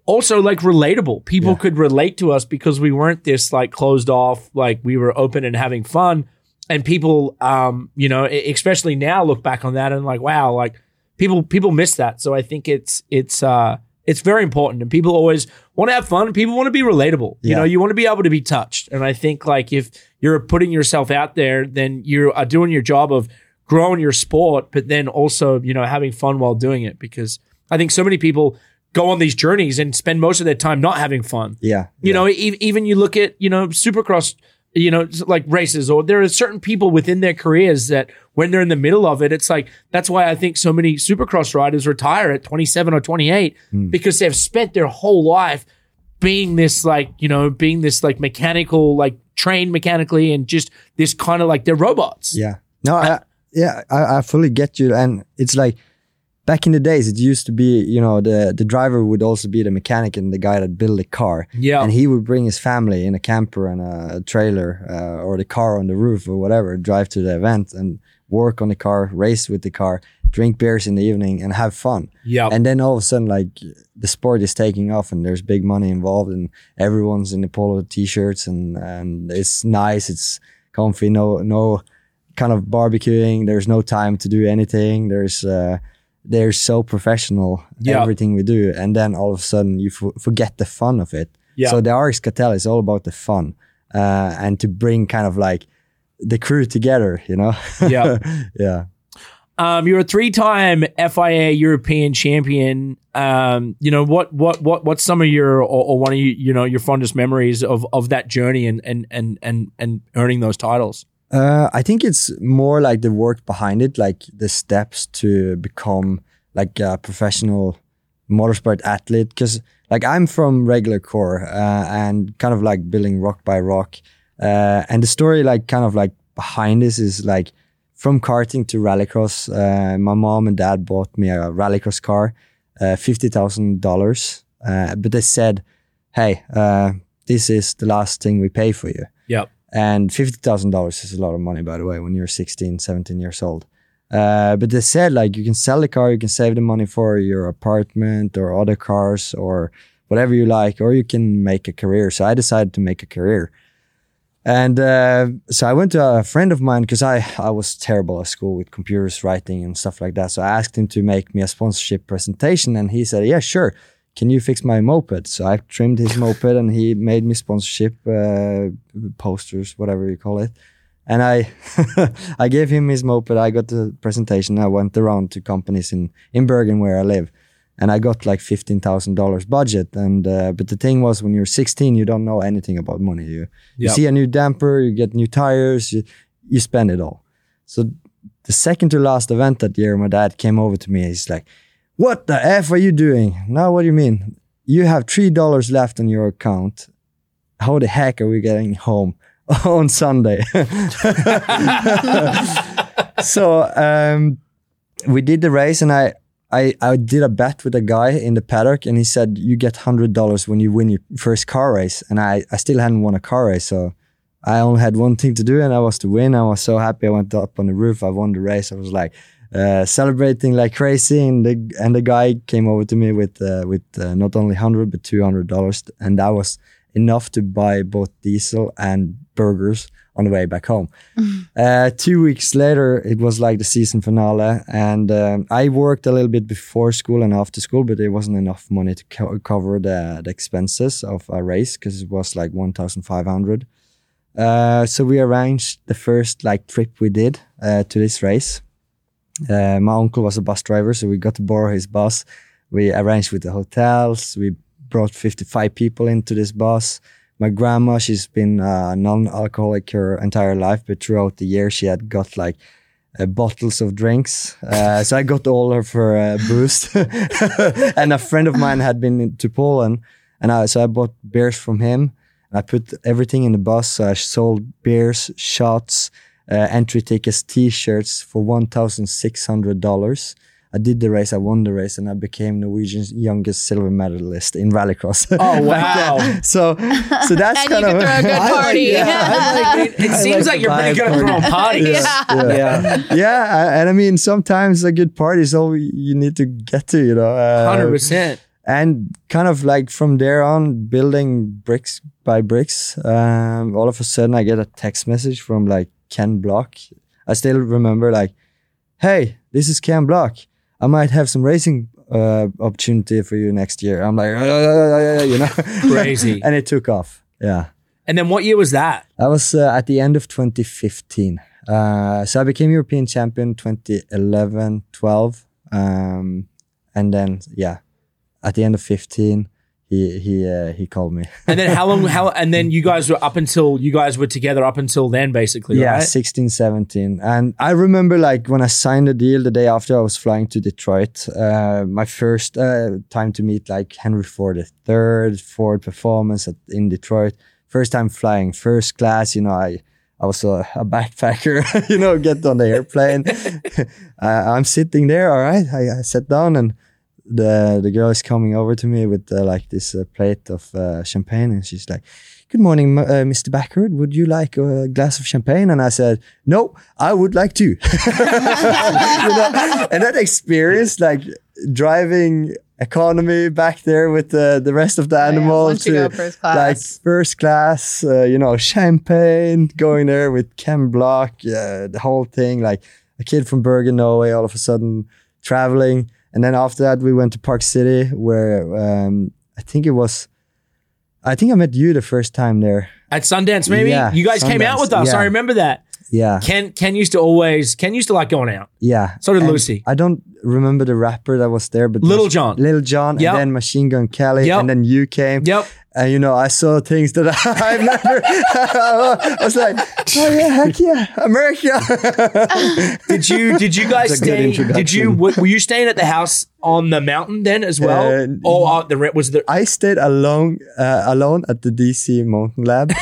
Speaker 2: also like relatable. People could relate to us because we weren't this like closed off, like we were open and having fun. And people, um, you know, e- especially now look back on that and like, wow, like people people miss that. So I think it's it's uh it's very important and people always want to have fun. People want to be relatable. You
Speaker 1: Yeah.
Speaker 2: know, you want to be able to be touched. And I think like if you're putting yourself out there, then you are doing your job of growing your sport, but then also, you know, having fun while doing it because I think so many people go on these journeys and spend most of their time not having fun.
Speaker 1: yeah.
Speaker 2: You know, e- even you look at, you know, supercross, you know, s- like races, or there are certain people within their careers that when they're in the middle of it, it's like, that's why I think so many supercross riders retire at 27 or 28
Speaker 1: Hmm.
Speaker 2: because they've spent their whole life being this, like, you know, being this, like, mechanical, like, trained mechanically and just this kind of like they're robots.
Speaker 1: Yeah. No, I, yeah, I, I fully get you. And it's like back in the days, it used to be, you know, the, the driver would also be the mechanic and the guy that built the car.
Speaker 2: Yeah.
Speaker 1: And he would bring his family in a camper and a trailer uh, or the car on the roof or whatever, drive to the event and work on the car, race with the car, drink beers in the evening and have fun.
Speaker 2: Yep.
Speaker 1: And then all of a sudden, like the sport is taking off, and there's big money involved, and everyone's in the polo t-shirts, and and it's nice, it's comfy, no no kind of barbecuing. There's no time to do anything. There's uh, they're so professional
Speaker 2: Yeah.
Speaker 1: everything we do, and then all of a sudden you f- forget the fun of it.
Speaker 2: Yeah.
Speaker 1: So the RX Catel is all about the fun, uh, and to bring kind of like the crew together, you know. [LAUGHS]
Speaker 2: Yeah.
Speaker 1: yeah.
Speaker 2: Um, you're a three-time FIA European champion. Um, you know what? What? What? What's some of your or, or one of you, you know your fondest memories of of that journey and and and and and earning those titles?
Speaker 1: Uh, I think it's more like the work behind it, like the steps to become like a professional motorsport athlete. Because like I'm from regular core uh, and kind of like building rock by rock, uh, and the story like kind of like behind this is like from karting to rallycross. Uh, my mom and dad bought me a rallycross car, uh, fifty thousand uh, dollars, but they said, "Hey, uh, this is the last thing we pay for you."
Speaker 2: Yep.
Speaker 1: and $50,000 is a lot of money, by the way, when you're 16, 17 years old. Uh, but they said, like, you can sell the car, you can save the money for your apartment or other cars or whatever you like, or you can make a career. So I decided to make a career. And uh, so I went to a friend of mine because I, I was terrible at school with computers, writing, and stuff like that. So I asked him to make me a sponsorship presentation, and he said, Yeah, sure. Can you fix my moped? So I trimmed his moped and he made me sponsorship uh, posters, whatever you call it. And I, [LAUGHS] I gave him his moped. I got the presentation. I went around to companies in in Bergen where I live, and I got like fifteen thousand dollars budget. And uh, but the thing was, when you're 16, you don't know anything about money. You you
Speaker 2: Yep.
Speaker 1: see a new damper, you get new tires, you you spend it all. So the second to last event that year, my dad came over to me. He's like, "What the f are you doing? Now what do you mean? You have three dollars left on your account. How the heck are we getting home?" [LAUGHS] on Sunday. [LAUGHS] so um, we did the race, and I, I I did a bet with a guy in the paddock, and he said you get hundred dollars when you win your first car race, and I I still hadn't won a car race, so I only had one thing to do, and I was to win. I was so happy. I went up on the roof. I won the race. I was like. Uh, celebrating like crazy, and the and the guy came over to me with uh, with uh, not only hundred but two hundred dollars, and that was enough to buy both diesel and burgers on the way back home. uh, two weeks later, it was like the season finale, and um, I worked a little bit before school and after school, but it wasn't enough money to co- cover the, the expenses of a race because it was like one thousand five hundred. Uh, so we arranged the first like trip we did uh, to this race. Uh, my uncle was a bus driver, so we got to borrow his bus. We arranged with the hotels. We brought 55 people into this bus. My grandma, she's been uh, non-alcoholic her entire life, but throughout the year she had got like uh, bottles of drinks. Uh, so I got all of her uh, booze, [LAUGHS] and a friend of mine had been to Poland, and I, so I bought beers from him. I put everything in the bus. So I sold beers, shots, uh, entry tickets, T-shirts for one thousand six hundred dollars. I did the race. I won the race, and I became Norwegian's youngest silver medalist in rallycross. [LAUGHS]
Speaker 2: Oh wow!
Speaker 1: so, so that's
Speaker 3: [LAUGHS] And you
Speaker 1: kind
Speaker 3: could
Speaker 1: of [LAUGHS]
Speaker 3: throw a good
Speaker 1: I like-
Speaker 3: party. [LAUGHS]
Speaker 1: yeah, I like
Speaker 2: [LAUGHS] It seems
Speaker 1: like the
Speaker 2: like, you're pretty
Speaker 1: vibe
Speaker 2: good at
Speaker 1: from-
Speaker 2: throwing parties.
Speaker 3: [LAUGHS] Yeah.
Speaker 1: [LAUGHS]
Speaker 4: yeah.
Speaker 1: yeah, I- and I mean sometimes a good party is all you need to get to, you know. uh,
Speaker 2: Hundred percent.
Speaker 1: and kind of like from there on, building bricks by bricks. Um, all of a sudden, I get a text message from like Ken Block. I still remember like, "Hey, this is Ken Block. I might have some racing uh, opportunity for you next year." I'm like, "Ah, you know,
Speaker 2: Crazy.
Speaker 1: [LAUGHS] and it took off. Yeah.
Speaker 2: And then what year was that?
Speaker 1: That was uh, at the end of 2015. Uh, so I became European champion 2011, 12, um, and then yeah, at the end of 15, he he uh, he called me.
Speaker 2: And then how long? How and then you guys were up until you guys were together up until then, basically.
Speaker 1: yeah,
Speaker 2: right?
Speaker 1: 16, 17, and I remember like when I signed the deal the day after I was flying to Detroit. Uh, my first uh, time to meet like Henry Ford III, Ford Performance at, in Detroit. First time flying first class, you know, I I was a, a backpacker, [LAUGHS] you know, get on the airplane. [LAUGHS] I, I'm sitting there, all right. I, I sat down and the the girl is coming over to me with uh, like this uh, plate of uh, champagne and she's like, "Good morning, m- uh, Mr. Backward. Would you like a glass of champagne?" And I said, "No, I would like to." [LAUGHS] You know? And that experience, like driving economy back there with uh, the the rest of the
Speaker 3: yeah,
Speaker 1: animals
Speaker 3: once you go first class.
Speaker 1: like first class, uh, you know, champagne, going there with Ken Block, uh, the whole thing, like a kid from Bergen, Norway, all of a sudden traveling. And then after that, we went to Park City, where um, I think it was, I think I met you the first time there.
Speaker 2: At Sundance, maybe
Speaker 1: Yeah,
Speaker 2: you guys came out
Speaker 1: Sundance,
Speaker 2: with us.
Speaker 1: yeah.
Speaker 2: I remember that.
Speaker 1: Yeah,
Speaker 2: Ken Ken used to always Ken used to like going out.
Speaker 1: yeah.
Speaker 2: So did
Speaker 1: And
Speaker 2: Lucy.
Speaker 1: I don't remember the rapper that was there, but
Speaker 2: Little John.
Speaker 1: Little John,
Speaker 2: Yep.
Speaker 1: and then Machine Gun Kelly,
Speaker 2: Yep.
Speaker 1: and then you came.
Speaker 2: Yep.
Speaker 1: And you know, I saw things that [LAUGHS] I've never. I was like, oh yeah, heck yeah, America. [LAUGHS]
Speaker 2: Did you did you guys
Speaker 1: It's a good
Speaker 2: stay? Did you
Speaker 1: introduction.
Speaker 2: were were you staying at the house on the mountain then as well?
Speaker 1: Uh,
Speaker 2: or uh, the re- was the
Speaker 1: I stayed alone, uh, alone at the DC Mountain Lab,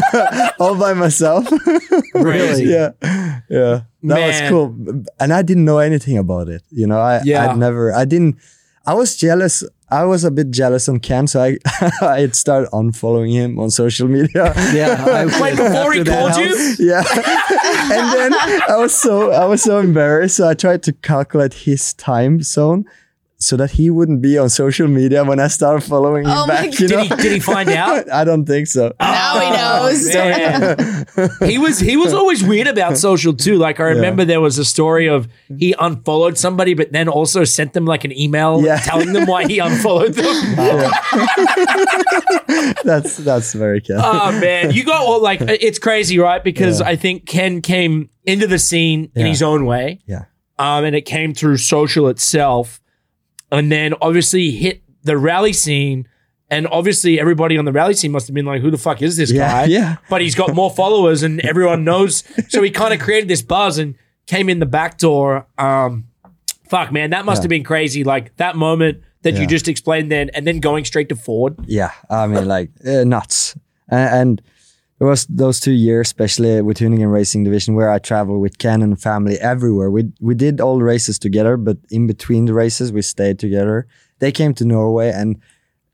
Speaker 1: [LAUGHS] all by myself. [LAUGHS]
Speaker 2: really?
Speaker 1: yeah, yeah, that was
Speaker 2: Man.
Speaker 1: cool. And I didn't know anything about it. You know, I
Speaker 2: Yeah.
Speaker 1: I'd never, I didn't. I was jealous. I was a bit jealous on Ken, so I [LAUGHS] I had started unfollowing him on social media.
Speaker 4: Yeah.
Speaker 1: [LAUGHS]
Speaker 4: I
Speaker 2: Wait,
Speaker 4: would.
Speaker 2: before he
Speaker 4: After that
Speaker 2: called you?
Speaker 4: house-
Speaker 1: yeah. [LAUGHS] and then I was so I was so embarrassed. So I tried to calculate his time zone so that he wouldn't be on social media when I started following him
Speaker 3: Oh my
Speaker 1: back. You
Speaker 2: Did
Speaker 1: know?
Speaker 2: he did he find
Speaker 1: [LAUGHS]
Speaker 2: out? Ah. Oh,
Speaker 1: I don't think so. [LAUGHS]
Speaker 3: Now he knows.
Speaker 2: man. he was he was always weird about social too. Like I remember there was a story of he unfollowed somebody, but then also sent them like an email
Speaker 1: Yeah.
Speaker 2: telling them why
Speaker 1: [LAUGHS]
Speaker 2: he unfollowed them.
Speaker 1: That's that's very Ken.
Speaker 2: oh man, you got all
Speaker 1: [LAUGHS]
Speaker 2: like it's crazy, right? Because I think Ken came into the scene in
Speaker 1: Yeah.
Speaker 2: his own way.
Speaker 1: Yeah.
Speaker 2: Um, and it came through social itself, and then obviously hit the rally scene. And obviously, everybody on the rally scene must have been like, "Who the fuck is this
Speaker 1: Yeah,
Speaker 2: guy?"
Speaker 1: yeah.
Speaker 2: But he's got more followers, and everyone knows. So he kind of created this buzz and came in the back door. Um, fuck, man, that must have been crazy. Like that moment that you
Speaker 1: Yeah.
Speaker 2: just explained, then, and then going straight to Ford.
Speaker 1: Yeah, I mean, like uh, nuts. And, and it was those two years, especially with tuning and racing division, where I traveled with Ken and family everywhere. We we did all races together, but in between the races, we stayed together. They came to Norway, and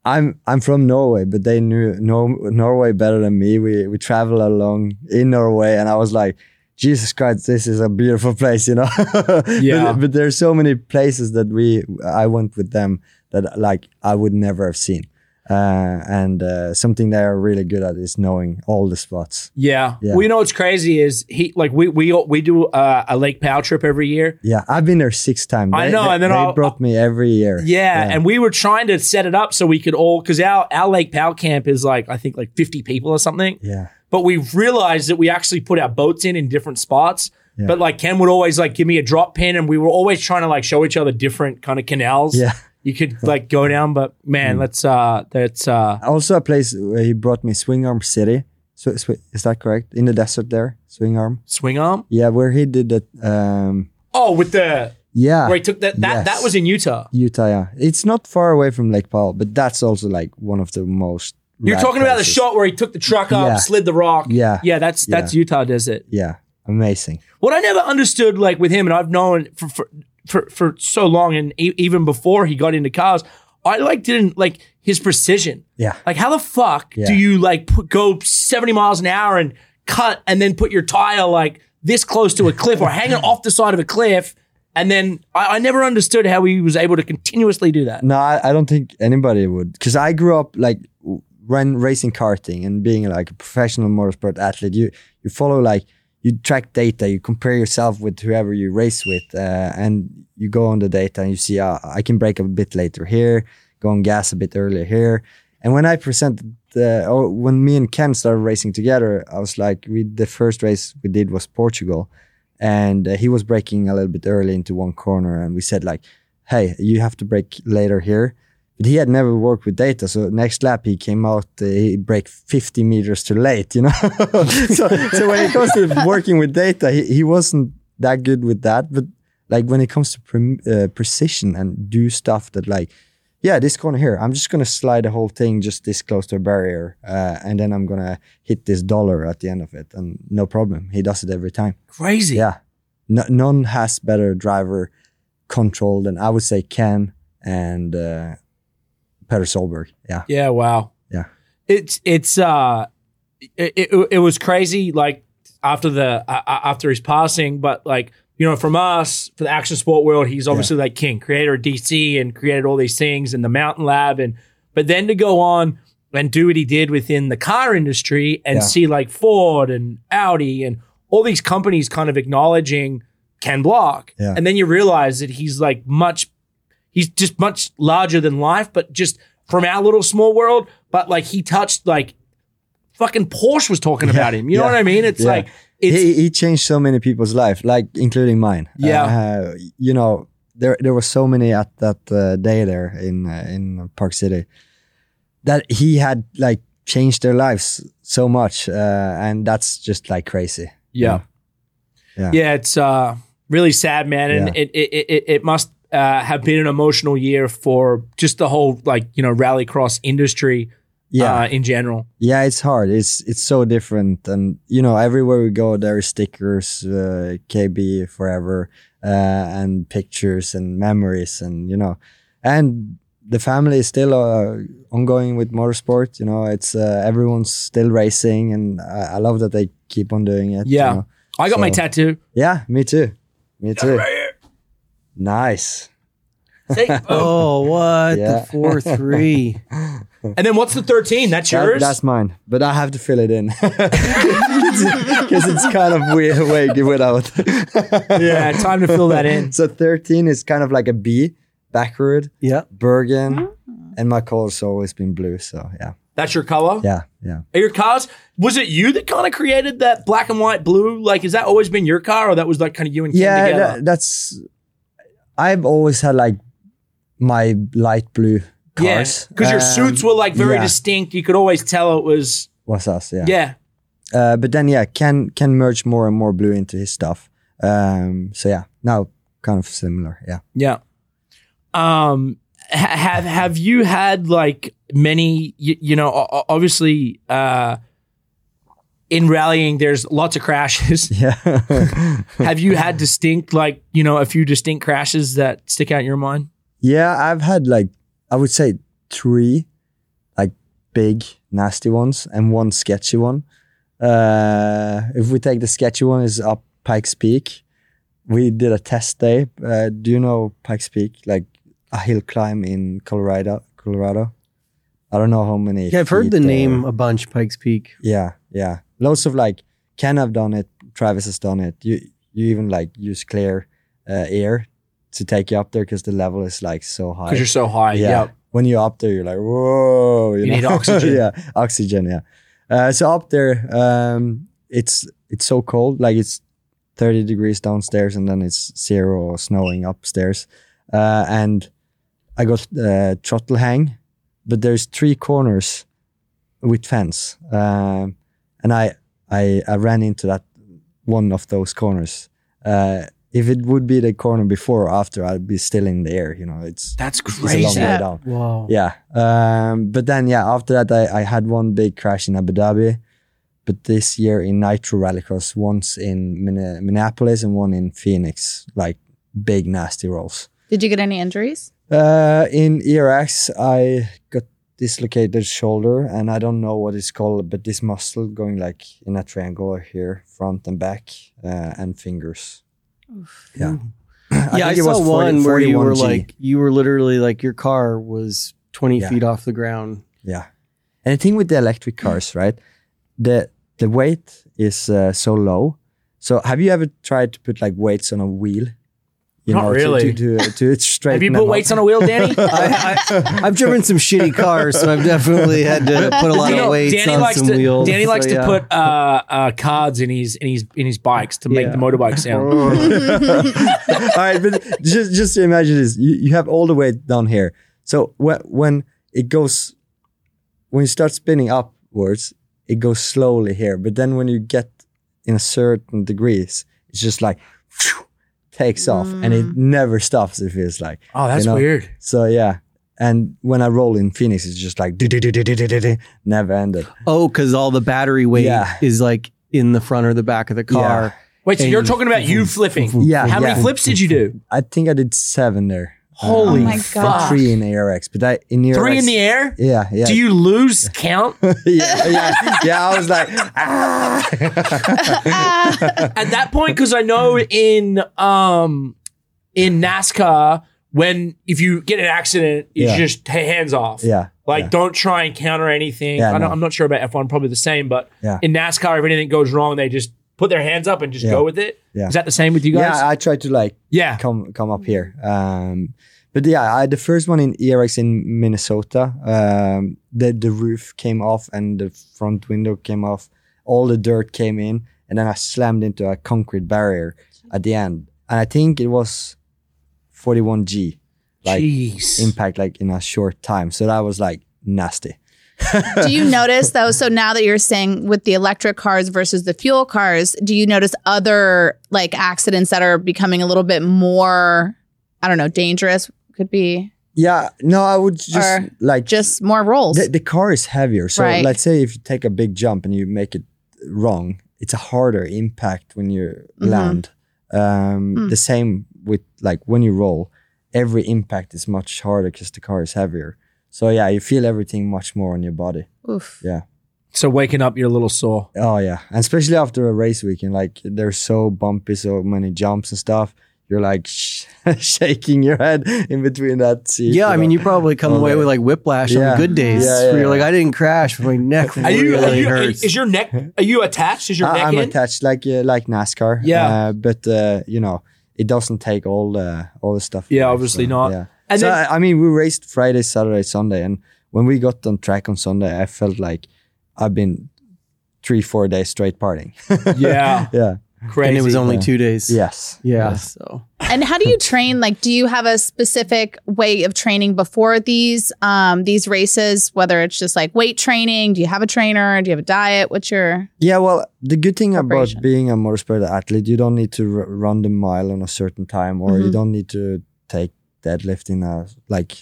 Speaker 1: I'm I'm from Norway, but they knew Nor- Norway better than me. We we traveled along in Norway, and I was like. Jesus Christ, this is a beautiful place, you know. [LAUGHS]
Speaker 2: Yeah.
Speaker 1: But, but there's so many places that we I went with them that like I would never have seen Uh, and uh, something they are really good at is knowing all the spots.
Speaker 2: Yeah.
Speaker 1: Yeah.
Speaker 2: Well, you know what's crazy is he like we we we do uh, a Lake Powell trip every year.
Speaker 1: Yeah, I've been there six times.
Speaker 2: I
Speaker 1: They-
Speaker 2: know,
Speaker 1: they,
Speaker 2: and then
Speaker 1: they
Speaker 2: I'll-
Speaker 1: brought me every year.
Speaker 2: Yeah, and we were trying to set it up so we could all because our our Lake Powell camp is like I think like fifty people or something.
Speaker 1: yeah,
Speaker 2: But we realized that we actually put our boats in in different spots.
Speaker 1: Yeah.
Speaker 2: But like Ken would always like give me a drop pin, and we were always trying to like show each other different kind of canals.
Speaker 1: yeah. Mm.
Speaker 2: you could like go down, but man, let's uh, that's uh,
Speaker 1: Also, a place where he brought me Swing Arm City. So sw- is that correct? In the desert there, Swing Arm.
Speaker 2: swing arm.
Speaker 1: Yeah, where he did that. Um,
Speaker 2: Oh, with the
Speaker 1: yeah,
Speaker 2: where he took that that
Speaker 1: yes.
Speaker 2: that was in Utah.
Speaker 1: Utah. Yeah, it's not far away from Lake Powell, but that's also like one of the most.
Speaker 2: You're
Speaker 1: rad
Speaker 2: talking about the
Speaker 1: places.
Speaker 2: shot where he took the truck up,
Speaker 1: Yeah.
Speaker 2: slid the rock.
Speaker 1: Yeah.
Speaker 2: yeah, that's
Speaker 1: Yeah.
Speaker 2: that's Utah desert.
Speaker 1: Yeah, amazing.
Speaker 2: What I never understood, like with him, and I've known for for for, for so long, and e- even before he got into cars, I like didn't like his precision.
Speaker 1: Yeah,
Speaker 2: Like, how the fuck
Speaker 1: Yeah.
Speaker 2: do you like put, go 70 miles an hour and cut and then put your tire like this close to a cliff or hang it off the side of a cliff? And then I, I never understood how he was able to continuously do that.
Speaker 1: No, I, I don't think anybody would. Because I grew up like w- when racing karting and being like a professional motorsport athlete, you you follow like you track data, you compare yourself with whoever you race with, uh, and you go on the data and you see ah, I can break a bit later here, go on gas a bit earlier here. And when I presented, uh, or when me and Ken started racing together, I was like, we the first race we did was Portugal, and uh, he was breaking a little bit early into one corner, and we said like, hey, you have to break later here. But he had never worked with data, so next lap he came out, uh, he break 50 meters too late, you know. [LAUGHS] so, so when it comes to working with data, he, he wasn't that good with that. But like when it comes to pre- uh, precision and do stuff that like, yeah, this corner here, I'm just gonna slide the whole thing just this close to a barrier, uh, and then I'm gonna hit this dollar at the end of it, and no problem. He does it every time.
Speaker 2: Crazy.
Speaker 1: Yeah. No, none has better driver control than I would say Ken and uh, Peter Solberg. Yeah.
Speaker 2: Yeah, wow.
Speaker 1: Yeah.
Speaker 2: It's it's uh it, it, it was crazy like after the uh, after his passing, but like you know, from us for the action sport world, he's obviously like king, creator of DC, and created all these things and the Mountain Lab, and but then to go on and do what he did within the car industry and
Speaker 1: Yeah.
Speaker 2: see like Ford and Audi and all these companies kind of acknowledging Ken Block,
Speaker 1: Yeah.
Speaker 2: and then you realize that he's like much he's just much larger than life, but just from our little small world. But like he touched like fucking Porsche was talking about him. You know
Speaker 1: yeah,
Speaker 2: what I mean? It's
Speaker 1: yeah.
Speaker 2: like it's
Speaker 1: he, he changed so many people's life, like including mine.
Speaker 2: Yeah.
Speaker 1: Uh, you know, there there were so many at that uh, day there in uh, in Park City that he had like changed their lives so much, uh, and that's just like crazy.
Speaker 2: yeah.
Speaker 1: Yeah.
Speaker 2: yeah. It's uh really sad, man. And
Speaker 1: Yeah.
Speaker 2: it, it it it must uh, have been an emotional year for just the whole like, you know, rallycross industry
Speaker 1: Yeah.
Speaker 2: uh, in general.
Speaker 1: Yeah, it's hard. It's it's so different, and you know, everywhere we go, there are stickers, uh, KB forever, uh, and pictures and memories, and you know, and the family is still uh, ongoing with motorsport. You know, it's uh, everyone's still racing, and I, I love that they keep on doing it. you
Speaker 2: Yeah.
Speaker 1: know.
Speaker 2: I got my
Speaker 1: So-
Speaker 2: tattoo.
Speaker 1: yeah, me too, me
Speaker 2: [LAUGHS]
Speaker 1: too. Nice.
Speaker 2: See?
Speaker 4: Oh, what
Speaker 1: Yeah.
Speaker 4: the four
Speaker 1: [LAUGHS]
Speaker 4: three?
Speaker 2: and then what's the 13? That's
Speaker 1: That-
Speaker 2: yours?
Speaker 1: that's mine, but I have to fill it in [LAUGHS] because it's kind of weird vague without.
Speaker 2: [LAUGHS] yeah, time to fill that in.
Speaker 1: So 13 is kind of like a B, backward,
Speaker 4: yeah,
Speaker 1: Bergen, and my color's always been blue. So yeah,
Speaker 2: That's your color?
Speaker 1: yeah, yeah.
Speaker 2: Are your cars? Was it you that kind of created that black and white blue? Like, has that always been your car, or that was like kind of you and Ken
Speaker 1: yeah,
Speaker 2: together?
Speaker 1: that- that's, I've always had like my light blue cars.
Speaker 2: because your
Speaker 1: Um,
Speaker 2: suits were like very
Speaker 1: yeah.
Speaker 2: distinct. You could always tell it was.
Speaker 1: was us, yeah.
Speaker 2: Yeah,
Speaker 1: Uh, but then, yeah, can can merge more and more blue into his stuff. Um, so yeah, now kind of similar, yeah.
Speaker 2: yeah. Um, ha- have have you had like many? You, you know, o- o- obviously, uh, in rallying, there's lots of [LAUGHS] crashes.
Speaker 1: Yeah.
Speaker 4: [LAUGHS]
Speaker 2: have you had distinct, like you know, a few distinct crashes that stick out in your mind?
Speaker 1: Yeah, I've had like I would say three like big nasty ones and one sketchy one. Uh, if we take the sketchy one, is up Pikes Peak. We did a test day. Uh, do you know Pikes Peak? Like a hill climb in Colorado. Colorado. I don't know how many.
Speaker 4: Yeah, I've heard
Speaker 1: feet
Speaker 4: the
Speaker 1: they-
Speaker 4: name a bunch, Pikes Peak.
Speaker 1: Yeah, yeah. Loads of like Ken have done it. Travis has done it. You you even like use clear uh, air to take you up there because the level is like so high.
Speaker 2: because you're so high.
Speaker 1: yeah.
Speaker 2: Yep.
Speaker 1: When you're up there, you're like whoa.
Speaker 2: You
Speaker 1: [LAUGHS]
Speaker 2: need oxygen.
Speaker 1: yeah, oxygen. Yeah. Uh, so up there, um, it's it's so cold. Like it's 30 degrees downstairs, and then it's zero or snowing upstairs. Uh, and I got uh, throttle hang, but there's three corners with fence, um, and I, I I ran into that one of those corners. Uh, if it would be the corner before or after, I'd be still in the air. You know, it's,
Speaker 2: That's
Speaker 1: it's a long
Speaker 2: crazy.
Speaker 1: way down.
Speaker 4: Wow.
Speaker 1: Yeah. Um, but then, yeah, after that, I, I had one big crash in Abu Dhabi, but this year in Nitro Rallycross, once in Minne- Minneapolis and one in Phoenix, like big, nasty rolls.
Speaker 3: Did you get any
Speaker 1: [LAUGHS]
Speaker 3: injuries?
Speaker 1: Uh, in ERX, I got dislocated shoulder, and I don't know what it's called, but this muscle going like in a triangle here, front and back, uh, and fingers. [CLEARS THROAT] Yeah.
Speaker 4: yeah, I,
Speaker 1: think it
Speaker 4: saw
Speaker 1: was 40
Speaker 4: one where you were
Speaker 1: 41G.
Speaker 4: like, you were literally like, your car was 20
Speaker 1: Yeah.
Speaker 4: feet off the ground.
Speaker 1: Yeah. And the thing with the electric
Speaker 2: Mm.
Speaker 1: cars, right? The the weight is uh, so low. So have you ever tried to put like weights on a wheel? You
Speaker 2: Not
Speaker 1: to-
Speaker 2: really.
Speaker 1: To, to,
Speaker 2: [LAUGHS]
Speaker 1: to straighten
Speaker 2: Have you put weights on a wheel,
Speaker 4: [LAUGHS]
Speaker 2: Danny?
Speaker 4: I,
Speaker 1: [LAUGHS]
Speaker 4: I, I've driven some shitty cars, so I've definitely had to put a lot
Speaker 2: You know,
Speaker 4: of weight
Speaker 2: Danny
Speaker 4: on
Speaker 2: likes
Speaker 4: some
Speaker 2: to
Speaker 4: wheels.
Speaker 2: Danny
Speaker 4: so
Speaker 2: likes to
Speaker 4: yeah.
Speaker 2: put uh, uh, cards in his in his in his bikes to make
Speaker 4: Yeah.
Speaker 2: the motorbike
Speaker 4: [LAUGHS]
Speaker 1: [LAUGHS]
Speaker 2: sound.
Speaker 1: all right, but just just imagine this: you, you have all the weight down here. So when when it goes, when you start spinning upwards, it goes slowly here. But then when you get in a certain degrees, it's just like phew, takes off, and it never stops. It feels like.
Speaker 2: Oh, that's
Speaker 1: You know,
Speaker 2: weird.
Speaker 1: So yeah. And when I roll in Phoenix, it's just like du-du-du-du-du-du-du, never ended.
Speaker 4: Oh, because all the battery weight
Speaker 1: Yeah.
Speaker 4: is like in the front or the back of the car.
Speaker 2: Wait, so
Speaker 4: And-
Speaker 2: you're talking about
Speaker 4: [LAUGHS]
Speaker 2: you flipping?
Speaker 1: Yeah,
Speaker 2: How many
Speaker 1: yeah.
Speaker 2: flips did you do?
Speaker 1: I think I did seven there. Uh,
Speaker 2: Holy
Speaker 1: Oh
Speaker 3: my
Speaker 2: fuck!
Speaker 3: God.
Speaker 1: Three in ARX, but I in ARX,
Speaker 2: Three in the air?
Speaker 1: Yeah, yeah.
Speaker 2: Do you lose
Speaker 1: [LAUGHS]
Speaker 2: count?
Speaker 1: yeah, yeah, yeah. I was like, ah. [LAUGHS]
Speaker 3: Uh,
Speaker 2: at that point because I know in um in NASCAR when if you get in an accident, it's
Speaker 1: Yeah.
Speaker 2: just ha- hands off.
Speaker 1: yeah,
Speaker 2: Like
Speaker 1: yeah.
Speaker 2: don't try and counter anything.
Speaker 1: Yeah,
Speaker 2: I don't,
Speaker 1: no.
Speaker 2: I'm not sure about F1, probably the same, but
Speaker 1: Yeah.
Speaker 2: in NASCAR, if anything goes wrong, they just put their hands up and just
Speaker 1: Yeah.
Speaker 2: go with it. Is
Speaker 1: Yeah.
Speaker 2: that the same with you guys?
Speaker 1: yeah. I tried to like
Speaker 2: Yeah.
Speaker 1: come come up here. Um, but yeah, I, the first one in ERX in Minnesota, um, the the roof came off and the front window came off. All the dirt came in, and then I slammed into a concrete barrier at the end, and I think it was 41g like
Speaker 2: Jeez.
Speaker 1: impact, like in a short time. So that was like nasty.
Speaker 3: do
Speaker 1: [LAUGHS]
Speaker 3: you notice though? So now that you're saying with the electric cars versus the fuel cars, do you notice other like accidents that are becoming a little bit more, I don't know, dangerous? Could be
Speaker 1: Yeah, no, I would just
Speaker 3: Or
Speaker 1: like
Speaker 3: just more rolls.
Speaker 1: The, the car is heavier. So
Speaker 3: Right.
Speaker 1: let's say if you take a big jump and you make it wrong, it's a harder impact when you land. Um, The same with like when you roll, every impact is much harder because the car is heavier. So yeah, you feel everything much more on your body.
Speaker 3: Oof.
Speaker 1: Yeah.
Speaker 2: so waking up, you're a little sore.
Speaker 1: Oh yeah, and especially after a race weekend, like they're so bumpy, so many jumps and stuff. You're like [LAUGHS] sh- shaking your head in between that seat.
Speaker 4: Yeah, I
Speaker 1: know.
Speaker 4: mean, you probably come
Speaker 1: Oh,
Speaker 4: away
Speaker 1: yeah.
Speaker 4: with like whiplash on
Speaker 1: Yeah.
Speaker 4: the good days.
Speaker 1: Yeah,
Speaker 4: where
Speaker 1: yeah.
Speaker 4: you're like, I didn't crash, but my neck
Speaker 2: Are
Speaker 4: really
Speaker 2: you, are you-
Speaker 4: hurts.
Speaker 2: is your neck are you attached? Is your
Speaker 1: I,
Speaker 2: neck
Speaker 1: I'm
Speaker 2: in?
Speaker 1: attached like uh, like NASCAR.
Speaker 2: Yeah.
Speaker 1: uh, but uh, you know it doesn't take all the all the stuff.
Speaker 2: Yeah,
Speaker 1: away,
Speaker 2: obviously
Speaker 1: so,
Speaker 2: not.
Speaker 1: Yeah.
Speaker 2: And
Speaker 1: so
Speaker 2: then-
Speaker 1: I, I mean, we raced Friday, Saturday, Sunday, and when we got on track on Sunday, I felt like I've been three, four days straight partying.
Speaker 2: [LAUGHS]
Speaker 1: [LAUGHS]
Speaker 2: Yeah.
Speaker 1: yeah.
Speaker 2: Crazy.
Speaker 4: and it was only two days.
Speaker 1: Yes.
Speaker 4: Yeah. So
Speaker 3: And how do you train? Like, do you have a specific way of training before these um, these races? Whether it's just like weight training, do you have a trainer? Do you have a diet? What's your
Speaker 1: Yeah, well, the good thing about
Speaker 3: Preparation.
Speaker 1: being a motorsport athlete, you don't need to r- run the mile on a certain time, or you
Speaker 3: Mhm.
Speaker 1: don't need to take deadlift in a like.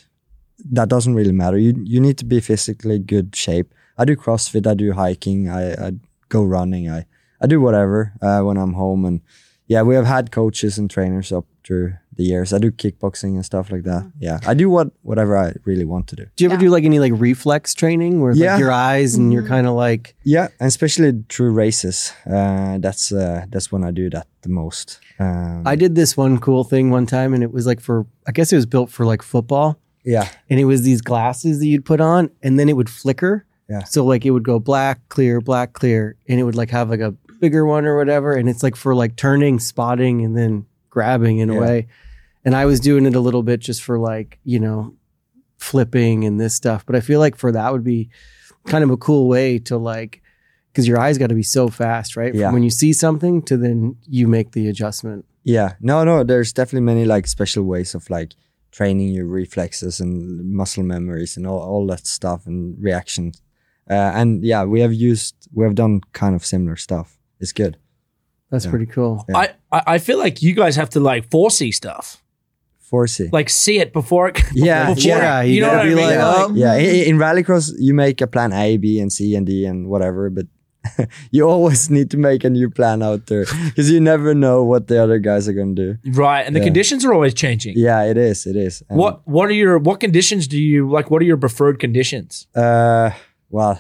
Speaker 1: That doesn't really matter. You you need to be physically good shape. I do CrossFit. I do hiking. I, I go running. I I do whatever uh, when I'm home. And yeah, we have had coaches and trainers up through the years. I do kickboxing and stuff like that. Yeah, I do what whatever I really want to do.
Speaker 4: do you ever
Speaker 3: Yeah.
Speaker 4: do like any like reflex training where
Speaker 1: Yeah.
Speaker 4: like your eyes and you're kind of like
Speaker 1: Yeah, and especially through races. Uh, that's uh, that's when I do that the most. Um,
Speaker 4: I did this one cool thing one time and it was like for I guess it was built for like football
Speaker 1: Yeah.
Speaker 4: and it was these glasses that you'd put on and then it would flicker
Speaker 1: Yeah.
Speaker 4: so like it would go black clear black clear and it would like have like a bigger one or whatever and it's like for like turning spotting and then grabbing in
Speaker 1: Yeah.
Speaker 4: a way and i was doing it a little bit just for like you know flipping and this stuff but i feel like for that would be kind of a cool way to like because your eyes got to be so fast right From
Speaker 1: Yeah.
Speaker 4: when you see something to then you make the adjustment
Speaker 1: Yeah. No, no, there's definitely many like special ways of like training your reflexes and muscle memories and all, all that stuff and reactions. Uh, and yeah, we have used, we have done kind of similar stuff. It's good.
Speaker 4: that's
Speaker 1: Yeah.
Speaker 4: pretty cool
Speaker 1: Yeah.
Speaker 2: I, I I feel like you guys have to like foresee stuff,
Speaker 1: Foresee.
Speaker 2: like see it before it. [LAUGHS]
Speaker 1: yeah.
Speaker 2: before
Speaker 1: Yeah.
Speaker 4: yeah,
Speaker 2: it,
Speaker 4: you
Speaker 2: you know
Speaker 4: gotta
Speaker 2: what I
Speaker 4: be
Speaker 2: mean.
Speaker 4: like,
Speaker 2: Like,
Speaker 4: um,
Speaker 1: Yeah. In, in rallycross, you make a plan A, B, and C, and D, and whatever, but [LAUGHS] you always need to make a new plan out there because you never know what the other guys are going to do.
Speaker 2: right, and the
Speaker 1: Yeah.
Speaker 2: conditions are always changing.
Speaker 1: Yeah, it is. It is. And,
Speaker 2: What what are your what conditions do you like? What are your preferred conditions?
Speaker 1: Uh, well,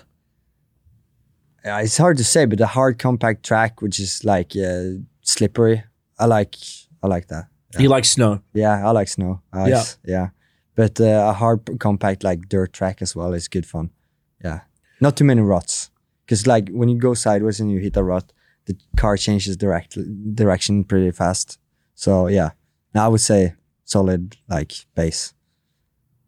Speaker 1: uh, it's hard to say, but the hard compact track, which is like uh, slippery, I like. I like that.
Speaker 2: You like snow?
Speaker 1: Yeah, I like snow, ice. Yeah, but uh, a hard p- compact like dirt track as well is good fun. Yeah, not too many ruts because like when you go sideways and you hit a rut, the car changes direct direction pretty fast. So yeah, now I would say solid like base.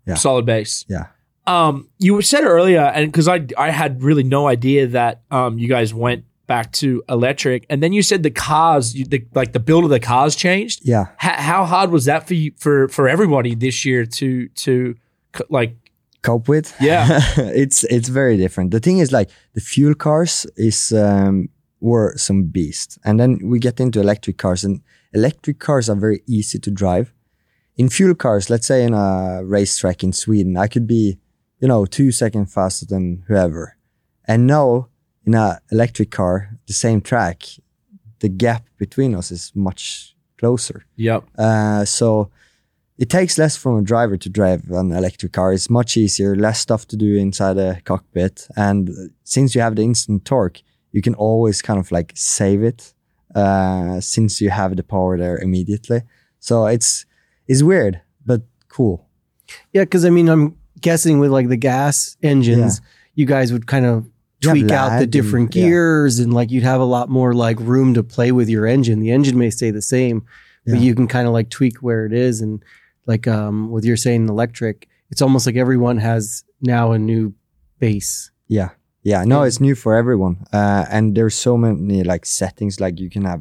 Speaker 1: Yeah.
Speaker 2: solid base.
Speaker 1: Yeah.
Speaker 2: Um, you said earlier, and because I I had really no idea that um you guys went back to electric, and then you said the cars, you, the, like the build of the cars changed.
Speaker 1: Yeah.
Speaker 2: How, how hard was that for you for for everybody this year to to c- like
Speaker 1: cope with.
Speaker 2: Yeah.
Speaker 1: [LAUGHS] it's it's very different. The thing is like the fuel cars is um were some beast. And then we get into electric cars and electric cars are very easy to drive. In fuel cars, let's say in a racetrack in Sweden, I could be, you know, two seconds faster than whoever. And now in a electric car, the same track, the gap between us is much closer.
Speaker 2: yep
Speaker 1: Uh, so it takes less from a driver to drive an electric car. It's much easier, less stuff to do inside the cockpit. And since you have the instant torque, you can always kind of like save it uh, since you have the power there immediately. So it's it's weird, but cool.
Speaker 4: Yeah, because I mean, I'm guessing with like the gas engines, you guys would kind of
Speaker 1: You have
Speaker 4: tweak out
Speaker 1: lag
Speaker 4: the
Speaker 1: and-
Speaker 4: different
Speaker 1: yeah.
Speaker 4: gears and like you'd have a lot more like room to play with your engine. The engine may stay the same,
Speaker 1: Yeah.
Speaker 4: but you can kind of like tweak where it is. And like um, with your saying electric, it's almost like everyone has now a new base.
Speaker 1: Yeah. Yeah. No, it's new for everyone. Uh, and there's so many like settings. Like you can have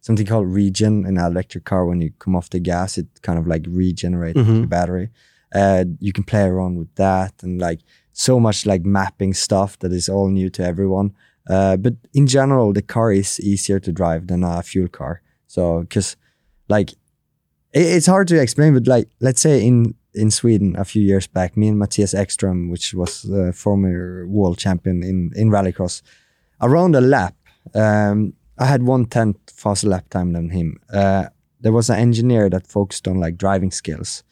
Speaker 1: something called regen in an electric car. When you come off the gas, it kind of like regenerates
Speaker 4: Mhm.
Speaker 1: the battery. Uh, you can play around with that and like so much like mapping stuff that is all new to everyone. Uh, but in general, the car is easier to drive than a fuel car. So, because like it, it's hard to explain, but like let's say in in Sweden a few years back, me and Matthias Ekström, which was the former world champion in in rallycross, around a lap, um, I had one tenth faster lap time than him. Uh, there was an engineer that focused on like driving skills.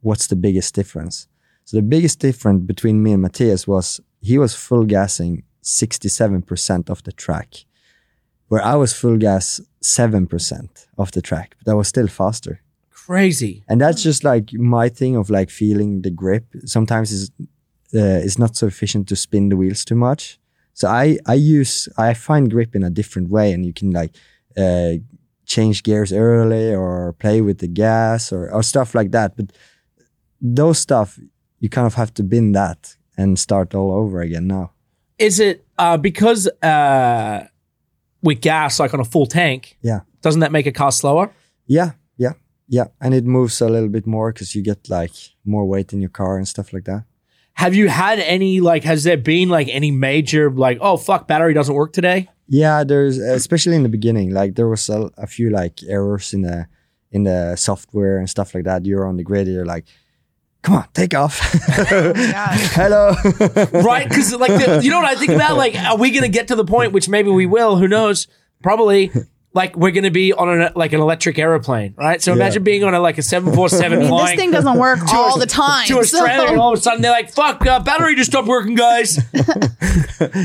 Speaker 1: What's the biggest difference? So the biggest difference between me and Matthias was he was full gassing 67% of the track, where I was full gas 7% of the track, but I was still faster.
Speaker 2: crazy
Speaker 1: And that's just like my thing of like feeling the grip. Sometimes it's uh, it's not so efficient to spin the wheels too much. So I I use I find grip in a different way, and you can like uh, change gears early or play with the gas or or stuff like that. But those stuff you kind of have to bin that and start all over again now.
Speaker 2: is it uh because uh with gas like on a full tank
Speaker 1: Yeah.
Speaker 2: doesn't that make a car slower
Speaker 1: Yeah, yeah, yeah. And it moves a little bit more because you get like more weight in your car and stuff like that.
Speaker 2: have you had any like has there been like any major like oh fuck battery doesn't work today
Speaker 1: Yeah, there's especially in the beginning, like there was a, a few like errors in the in the software and stuff like that. You're on the grid, you're like, come on, take off.
Speaker 3: [LAUGHS] Oh gosh.
Speaker 1: [LAUGHS] Hello.
Speaker 2: right? Because like the, you know what I think about? Like, are we going to get to the point, which maybe we will? Who knows? Probably like we're going to be on an, like an electric airplane, right? So
Speaker 1: Yeah.
Speaker 2: imagine being on a like a seven four
Speaker 3: [LAUGHS]
Speaker 2: seven
Speaker 3: I mean, this
Speaker 2: flying
Speaker 3: thing doesn't work all the time.
Speaker 2: [LAUGHS] to Australia, and
Speaker 3: so-
Speaker 2: all of a sudden they're like, "Fuck, uh, battery just stopped working, guys."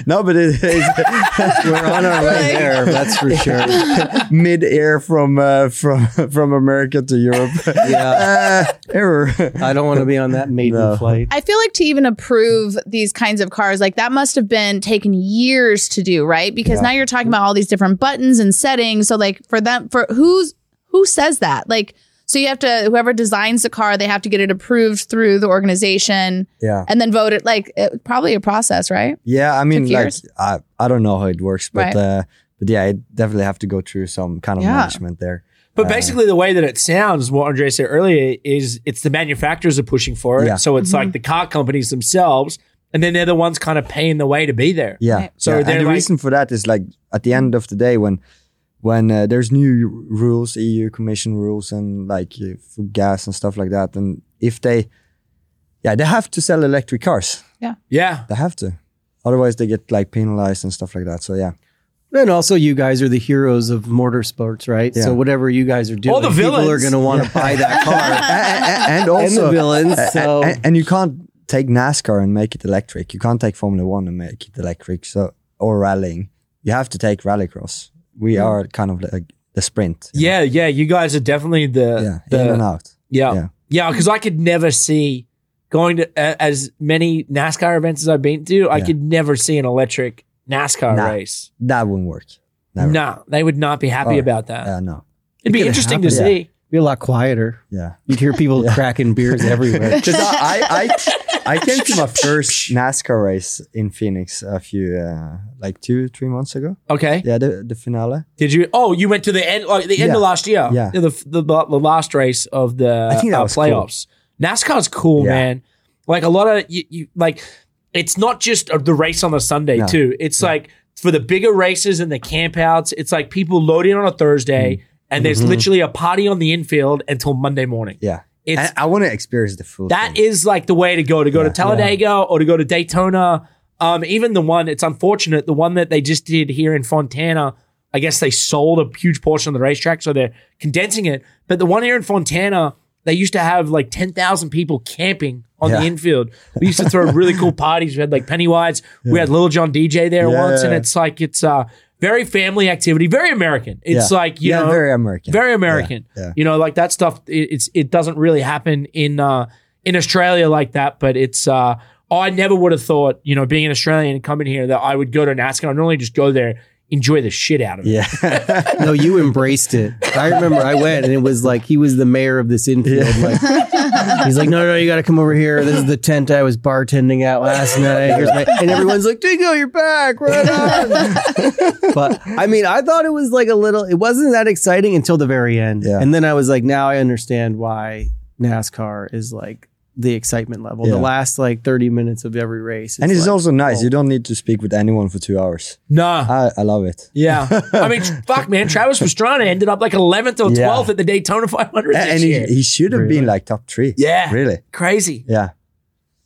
Speaker 1: No, but it, it's, [LAUGHS] we're on our way
Speaker 3: Right.
Speaker 1: there.
Speaker 4: That's
Speaker 3: [LAUGHS]
Speaker 4: for sure.
Speaker 1: Mid air from uh, from [LAUGHS] from America to
Speaker 3: [LAUGHS]
Speaker 1: Europe.
Speaker 4: Yeah.
Speaker 1: uh, [LAUGHS] error.
Speaker 4: I don't want to be on that maiden
Speaker 1: No.
Speaker 4: flight.
Speaker 3: I feel like to even approve these kinds of cars, like that must have been taken years to do, right? Because now you're talking about all these different buttons and settings. So like for them, for who's who says that? Like so you have to whoever designs the car, they have to get it approved through the organization
Speaker 1: Yeah,
Speaker 3: and then vote it. Like it, probably a
Speaker 1: [LAUGHS]
Speaker 3: process, right?
Speaker 1: yeah. I mean,
Speaker 3: Took
Speaker 1: like
Speaker 3: years.
Speaker 1: I, I don't know how it works, but
Speaker 3: Right.
Speaker 1: uh, but yeah, I definitely have to go through some kind of
Speaker 3: Yeah.
Speaker 1: management there.
Speaker 2: But
Speaker 1: Uh,
Speaker 2: basically, the way that it sounds, what Andre said earlier, is it's the manufacturers are pushing for it.
Speaker 1: Yeah.
Speaker 2: So it's like the car companies themselves, and then they're the ones kind of paying the way to be there.
Speaker 1: Yeah.
Speaker 3: Right.
Speaker 2: So
Speaker 1: yeah.
Speaker 2: they're
Speaker 1: and the
Speaker 2: like-
Speaker 1: reason for that is like at the end of the day when when uh, there's new rules, EU Commission rules, and like uh, for gas and stuff like that, and if they, yeah, they have to sell electric cars.
Speaker 2: Yeah.
Speaker 1: They have to, otherwise they get like penalized and stuff like that. So yeah,
Speaker 4: And also, you guys are the heroes of mortar sports, right?
Speaker 1: Yeah.
Speaker 4: So whatever you guys are doing,
Speaker 2: the
Speaker 4: people are
Speaker 2: villains.
Speaker 4: going to want to buy [LAUGHS] that
Speaker 1: [LAUGHS]
Speaker 4: car.
Speaker 1: and, and
Speaker 4: and the
Speaker 1: also,
Speaker 4: villains. So
Speaker 1: and, and you can't take NASCAR and make it electric. You can't take Formula One and make it electric. So or rallying, you have to take rallycross. We are kind of like the sprint. you know?
Speaker 2: Yeah. Yeah. You guys are definitely Uh, the.
Speaker 1: yeah, in and
Speaker 2: the
Speaker 1: out. yeah.
Speaker 2: yeah. Yeah. Because I could never see going to uh, as many NASCAR events as I've been to, I
Speaker 1: Yeah.
Speaker 2: could never see an electric NASCAR
Speaker 1: Nah.
Speaker 2: race.
Speaker 1: That wouldn't work.
Speaker 2: No,
Speaker 1: Never.
Speaker 2: they would not be happy
Speaker 1: Oh,
Speaker 2: about that.
Speaker 1: Yeah, no.
Speaker 2: It'd be
Speaker 4: could
Speaker 2: interesting to
Speaker 1: happen.
Speaker 2: see.
Speaker 4: be a lot quieter.
Speaker 2: [LAUGHS]
Speaker 1: Yeah.
Speaker 4: You'd hear people
Speaker 1: Yeah.
Speaker 4: cracking [LAUGHS] beers
Speaker 1: [LAUGHS]
Speaker 4: everywhere.
Speaker 1: Because I, I, I came to
Speaker 2: [LAUGHS]
Speaker 1: my first NASCAR race in Phoenix a few, uh, like two, three months ago.
Speaker 2: Okay.
Speaker 1: Yeah, the, the finale.
Speaker 2: Did you? Oh, you went to the end, like the end
Speaker 1: Yeah.
Speaker 2: of last year.
Speaker 1: Yeah.
Speaker 2: the the, the, the last race of the
Speaker 1: I think that
Speaker 2: uh,
Speaker 1: was cool.
Speaker 2: playoffs. NASCAR's cool,
Speaker 1: Yeah.
Speaker 2: man. Like a lot of you, you like. It's not just uh, the race on the Sunday
Speaker 1: No.
Speaker 2: too. It's like for the bigger races and the campouts. It's like people load in on a Thursday,
Speaker 1: Mm-hmm.
Speaker 2: and there's literally a party on the infield until Monday morning.
Speaker 1: Yeah.
Speaker 2: It's
Speaker 1: I, I want to experience the full
Speaker 2: that
Speaker 1: thing.
Speaker 2: is like the way to go to go to Talladega or to go to Daytona. Um, even the one it's unfortunate the one that they just did here in Fontana. I guess they sold a huge portion of the racetrack, so they're condensing it. But the one here in Fontana, they used to have like ten thousand people camping on
Speaker 1: Yeah.
Speaker 2: the infield. We used to throw really
Speaker 1: [LAUGHS]
Speaker 2: cool parties. We had like Pennywise. We had Little John DJ there
Speaker 1: Yeah.
Speaker 2: once, and it's like it's uh, very family activity, very American. It's
Speaker 1: Yeah.
Speaker 2: like you
Speaker 1: yeah,
Speaker 2: know,
Speaker 1: very American.
Speaker 2: very American.
Speaker 1: Yeah, yeah.
Speaker 2: You know, like that stuff. It, it's it doesn't really happen in uh, in Australia like that. But it's uh, I never would have thought, you know, being an Australian and coming here that I would go to NASCAR and normally just go there, enjoy the shit out of it.
Speaker 1: [LAUGHS]
Speaker 2: [LAUGHS]
Speaker 1: yeah.
Speaker 4: no, you embraced it. I remember I went and it was like he was the mayor of this infield. Like, he's like, no, no, you got to come over here. This is the tent I was bartending at last night. Here's my, and everyone's like, Dingo, you're back, right on.
Speaker 1: [LAUGHS]
Speaker 4: but I mean, I thought it was like a little. It wasn't that exciting until the very end,
Speaker 1: Yeah.
Speaker 4: and then I was like, now I understand why NASCAR is like the excitement level. The
Speaker 1: Yeah.
Speaker 4: last like thirty minutes of every race,
Speaker 1: and it's
Speaker 4: like, oh,
Speaker 1: also nice.
Speaker 4: cool.
Speaker 1: You don't need to speak with anyone for two hours. [LAUGHS]
Speaker 2: Nah.
Speaker 1: I, I love it.
Speaker 2: yeah,
Speaker 1: [LAUGHS]
Speaker 2: I mean, [LAUGHS] fuck, man. Travis Pastrana ended up like 11th or 12th
Speaker 1: Yeah.
Speaker 2: at the Daytona 500
Speaker 1: A-
Speaker 2: this
Speaker 1: And
Speaker 2: year.
Speaker 1: he, he should have
Speaker 4: Really?
Speaker 1: been like top three.
Speaker 2: Yeah.
Speaker 1: Really?
Speaker 2: Crazy.
Speaker 1: Yeah.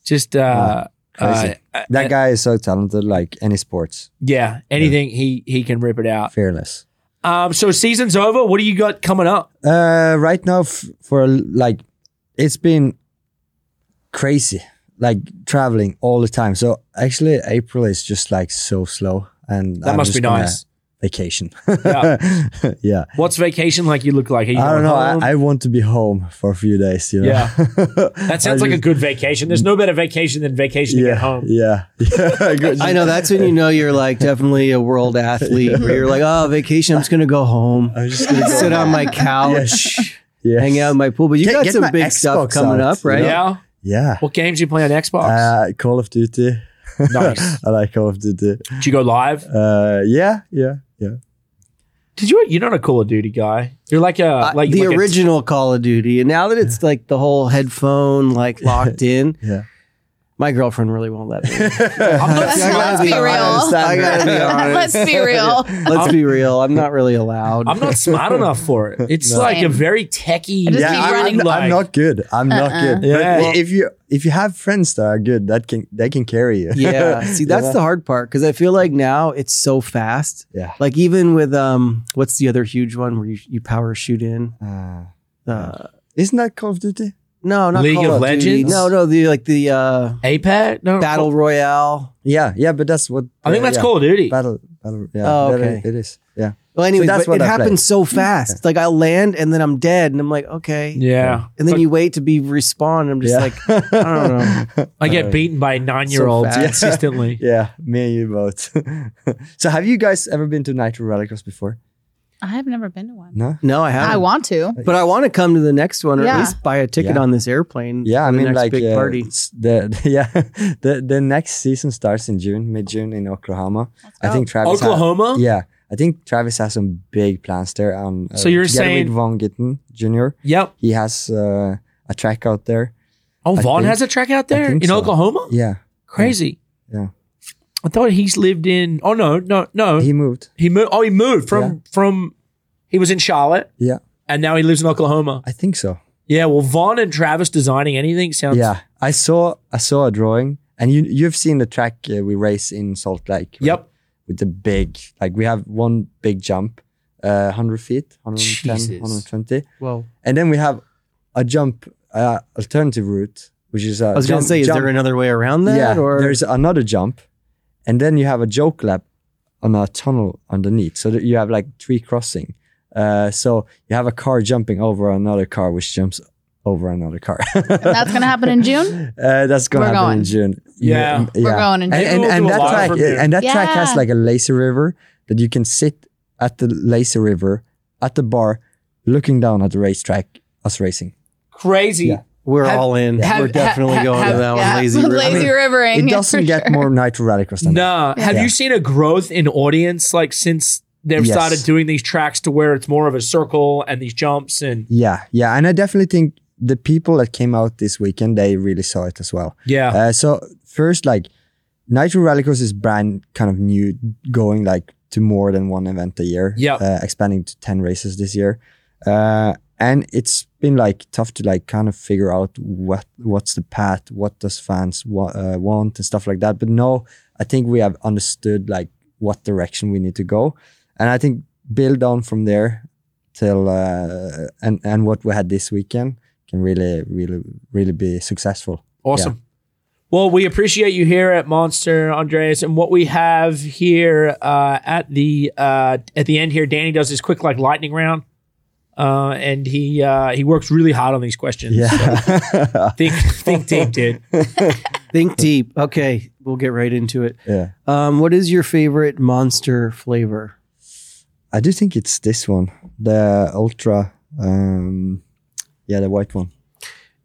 Speaker 2: Just uh,
Speaker 1: Crazy.
Speaker 2: uh,
Speaker 1: That guy is so talented, like any sports.
Speaker 2: yeah. Anything he he can rip it out.
Speaker 1: Fearless.
Speaker 2: Um, so season's over. What do you got coming up?
Speaker 1: Uh, right now, f- for like, it's been crazy, like traveling all the time. So actually, April is just like so slow, and
Speaker 2: That
Speaker 1: I'm
Speaker 2: must
Speaker 1: just
Speaker 2: be
Speaker 1: gonna
Speaker 2: nice.
Speaker 1: Vacation. [LAUGHS] Yeah, yeah.
Speaker 2: What's vacation like? You look like? Are you
Speaker 1: I don't
Speaker 2: going
Speaker 1: know.
Speaker 2: home?
Speaker 1: I, I want to be home for a few days. You know? [LAUGHS]
Speaker 2: Yeah. That sounds
Speaker 1: I
Speaker 2: like a
Speaker 1: just-
Speaker 2: good vacation. There's no better vacation than vacation to
Speaker 1: yeah,
Speaker 2: get home.
Speaker 1: yeah, [LAUGHS] yeah. Good.
Speaker 4: I know that's when you know you're like definitely a world athlete. Where you're like, oh, vacation, I'm just gonna
Speaker 1: [LAUGHS]
Speaker 4: go home,
Speaker 1: I'm just
Speaker 2: [LAUGHS]
Speaker 1: gonna
Speaker 4: sit on my couch,
Speaker 1: Yes. Yes.
Speaker 4: hang out in my pool. But you
Speaker 1: Get-
Speaker 4: got
Speaker 1: get
Speaker 4: some
Speaker 1: my
Speaker 4: big stuff
Speaker 1: Xbox
Speaker 4: coming
Speaker 1: out,
Speaker 4: up, right?
Speaker 2: Yeah.
Speaker 1: you Yeah.
Speaker 2: What games you play on Xbox?
Speaker 1: Uh, Call of Duty. [LAUGHS]
Speaker 2: nice.
Speaker 1: I like Call of Duty.
Speaker 2: Did you go live?
Speaker 1: Uh, yeah, yeah, yeah.
Speaker 2: Did you? You're not a Call of Duty guy. You're like a
Speaker 4: Uh,
Speaker 2: like
Speaker 4: the
Speaker 2: like
Speaker 1: [LAUGHS]
Speaker 2: a-
Speaker 4: original Call of Duty, and now that it's like the whole headphone like locked in,
Speaker 1: Yeah.
Speaker 4: My girlfriend really
Speaker 1: [LAUGHS]
Speaker 4: won't let me.
Speaker 2: I'm not
Speaker 3: Let's,
Speaker 4: I gotta
Speaker 3: let's
Speaker 4: be
Speaker 3: be real.
Speaker 4: honest. I gotta [LAUGHS] be
Speaker 3: [LAUGHS]
Speaker 4: honest.
Speaker 3: Let's be real.
Speaker 4: Let's be real. I'm not really allowed.
Speaker 2: I'm not smart enough for
Speaker 1: [LAUGHS]
Speaker 2: it. It's like a very techie.
Speaker 3: I just
Speaker 1: Yeah,
Speaker 3: keep
Speaker 1: I'm,
Speaker 3: running
Speaker 1: I'm, I'm not good. I'm not good.
Speaker 2: Yeah.
Speaker 1: But
Speaker 2: Well-
Speaker 1: if you if you have friends that are good, that can they can carry you. [LAUGHS]
Speaker 4: yeah. See, that's the hard part because I feel like now it's so fast.
Speaker 1: Yeah.
Speaker 4: Like even with um, what's the other huge one where you, you power shoot in?
Speaker 1: Uh,
Speaker 4: Uh,
Speaker 1: isn't that Call of Duty?
Speaker 4: no, not
Speaker 2: League
Speaker 4: Call
Speaker 2: of
Speaker 4: Duty.
Speaker 2: Legends? Oh,
Speaker 4: No, no, the like the uh,
Speaker 2: APAC? No.
Speaker 4: battle royale.
Speaker 1: Yeah, yeah, but that's what
Speaker 2: I think that's
Speaker 1: yeah.
Speaker 2: Call of Duty.
Speaker 1: Battle, battle. Yeah,
Speaker 4: Oh,
Speaker 1: that
Speaker 4: okay.
Speaker 1: i- it is. Yeah,
Speaker 4: Well, anyway,
Speaker 1: that's
Speaker 4: but
Speaker 1: what I
Speaker 4: it happens
Speaker 1: play.
Speaker 4: so fast. Like I land and then I'm dead, and I'm like, okay.
Speaker 2: Yeah.
Speaker 4: And then you wait to be respawn. And I'm just
Speaker 1: Yeah.
Speaker 4: like, I don't know.
Speaker 2: I get beaten by nine year olds
Speaker 4: fat.
Speaker 2: consistently.
Speaker 1: [LAUGHS] yeah. Me and you both. [LAUGHS] so, have you guys ever been to Nitro Rallycross before?
Speaker 3: I've never been to one.
Speaker 1: No.
Speaker 4: No, I haven't.
Speaker 3: I want to.
Speaker 4: but I want to come to the next one, or
Speaker 3: Yeah.
Speaker 4: at least buy a ticket
Speaker 1: Yeah.
Speaker 4: on this airplane.
Speaker 1: Yeah, I
Speaker 4: for the
Speaker 1: mean,
Speaker 4: next
Speaker 1: like
Speaker 4: big
Speaker 1: uh,
Speaker 4: party.
Speaker 1: s- The, [LAUGHS] the- yeah, the the next season starts in June, mid June in Oklahoma. I think Travis. ha-
Speaker 2: Oklahoma?
Speaker 1: yeah, I think Travis has some big plans there. Um,
Speaker 2: So you're
Speaker 1: together
Speaker 2: saying-
Speaker 1: with Von Gitten Jr.
Speaker 2: Yep.
Speaker 1: He has uh, a track out there.
Speaker 2: Oh,
Speaker 1: I
Speaker 2: Vaughn
Speaker 1: think-
Speaker 2: has a track out
Speaker 1: I
Speaker 2: there in
Speaker 1: think so.
Speaker 2: Oklahoma?
Speaker 1: Yeah,
Speaker 2: Crazy.
Speaker 1: Yeah.
Speaker 2: I thought he's lived in. Oh, no, no, no. He,
Speaker 1: he moved.
Speaker 2: moved. Oh, he moved from, from, he was in Charlotte
Speaker 1: Yeah,
Speaker 2: and now he lives in Oklahoma.
Speaker 1: I think so.
Speaker 2: Yeah. Well, Vaughn and Travis designing anything sounds.
Speaker 1: Yeah, I saw I saw a drawing, and you you've seen the track uh, we race in Salt Lake. right?
Speaker 2: Yep.
Speaker 1: with the big like we have one big jump, uh, hundred feet, 110,
Speaker 2: Jesus.
Speaker 1: 120,
Speaker 4: Well,
Speaker 1: and then we have a jump uh, alternative route, which is a
Speaker 4: I was going to
Speaker 1: uh, jump-
Speaker 4: say, is
Speaker 1: jump-
Speaker 4: there another way around that?
Speaker 1: yeah,
Speaker 4: or
Speaker 1: there's another jump, and then you have a joke lap on a tunnel underneath. So that you have like three crossing. Uh, so you have a car jumping over another car, which jumps over another car.
Speaker 3: That's gonna happen in June.
Speaker 1: [LAUGHS] Uh, that's gonna
Speaker 3: We're
Speaker 1: happen
Speaker 3: going.
Speaker 1: in June.
Speaker 2: Yeah.
Speaker 1: yeah.
Speaker 3: We're going in
Speaker 1: And,
Speaker 3: June.
Speaker 1: and,
Speaker 2: We'll
Speaker 1: and
Speaker 2: do a
Speaker 1: that
Speaker 2: live
Speaker 1: track
Speaker 2: review.
Speaker 1: and that track
Speaker 3: Yeah.
Speaker 1: has like a laser river that you can sit at the laser river at the bar, looking down at the racetrack us racing.
Speaker 2: Crazy.
Speaker 1: Yeah.
Speaker 4: we're
Speaker 2: Have-
Speaker 4: all in.
Speaker 2: have-
Speaker 4: we're definitely
Speaker 2: have-
Speaker 4: going
Speaker 2: have-
Speaker 4: to that
Speaker 3: Yeah. [LAUGHS]
Speaker 4: one. Lazy,
Speaker 3: lazy,
Speaker 4: River. I mean,
Speaker 3: rivering.
Speaker 1: It doesn't
Speaker 3: for
Speaker 1: get
Speaker 3: sure.
Speaker 1: more nitro radicals than that.
Speaker 2: Nah. Have
Speaker 1: Yeah.
Speaker 2: you seen a growth in audience like since they've
Speaker 1: Yes.
Speaker 2: started doing these tracks to where it's more of a circle and these jumps and
Speaker 1: Yeah, yeah, and I definitely think the people that came out this weekend they really saw it as well.
Speaker 2: yeah.
Speaker 1: Uh, so first, like Nitro Rallycross is brand kind of new, going like to more than one event a year.
Speaker 2: Yeah.
Speaker 1: uh, expanding to ten races this year, uh, and it's been like tough to like kind of figure out what what's the path, what does fans wa- uh, want, and stuff like that. But no, I think we have understood like what direction we need to go, and I think build on from there till uh, and and what we had this weekend can really really really be successful.
Speaker 2: Awesome. Well, we appreciate you here at Monster, Andreas, and what we have here uh, at the uh, at the end here. Danny does his quick like lightning round, uh, and he uh, he works really hard on these questions. [LAUGHS]
Speaker 1: Yeah.
Speaker 2: Think think deep, dude.
Speaker 4: think deep. Okay, we'll get right into it.
Speaker 1: yeah.
Speaker 4: Um, what is your favorite monster flavor?
Speaker 1: I do think it's this one, the Ultra. Um, yeah, the white one.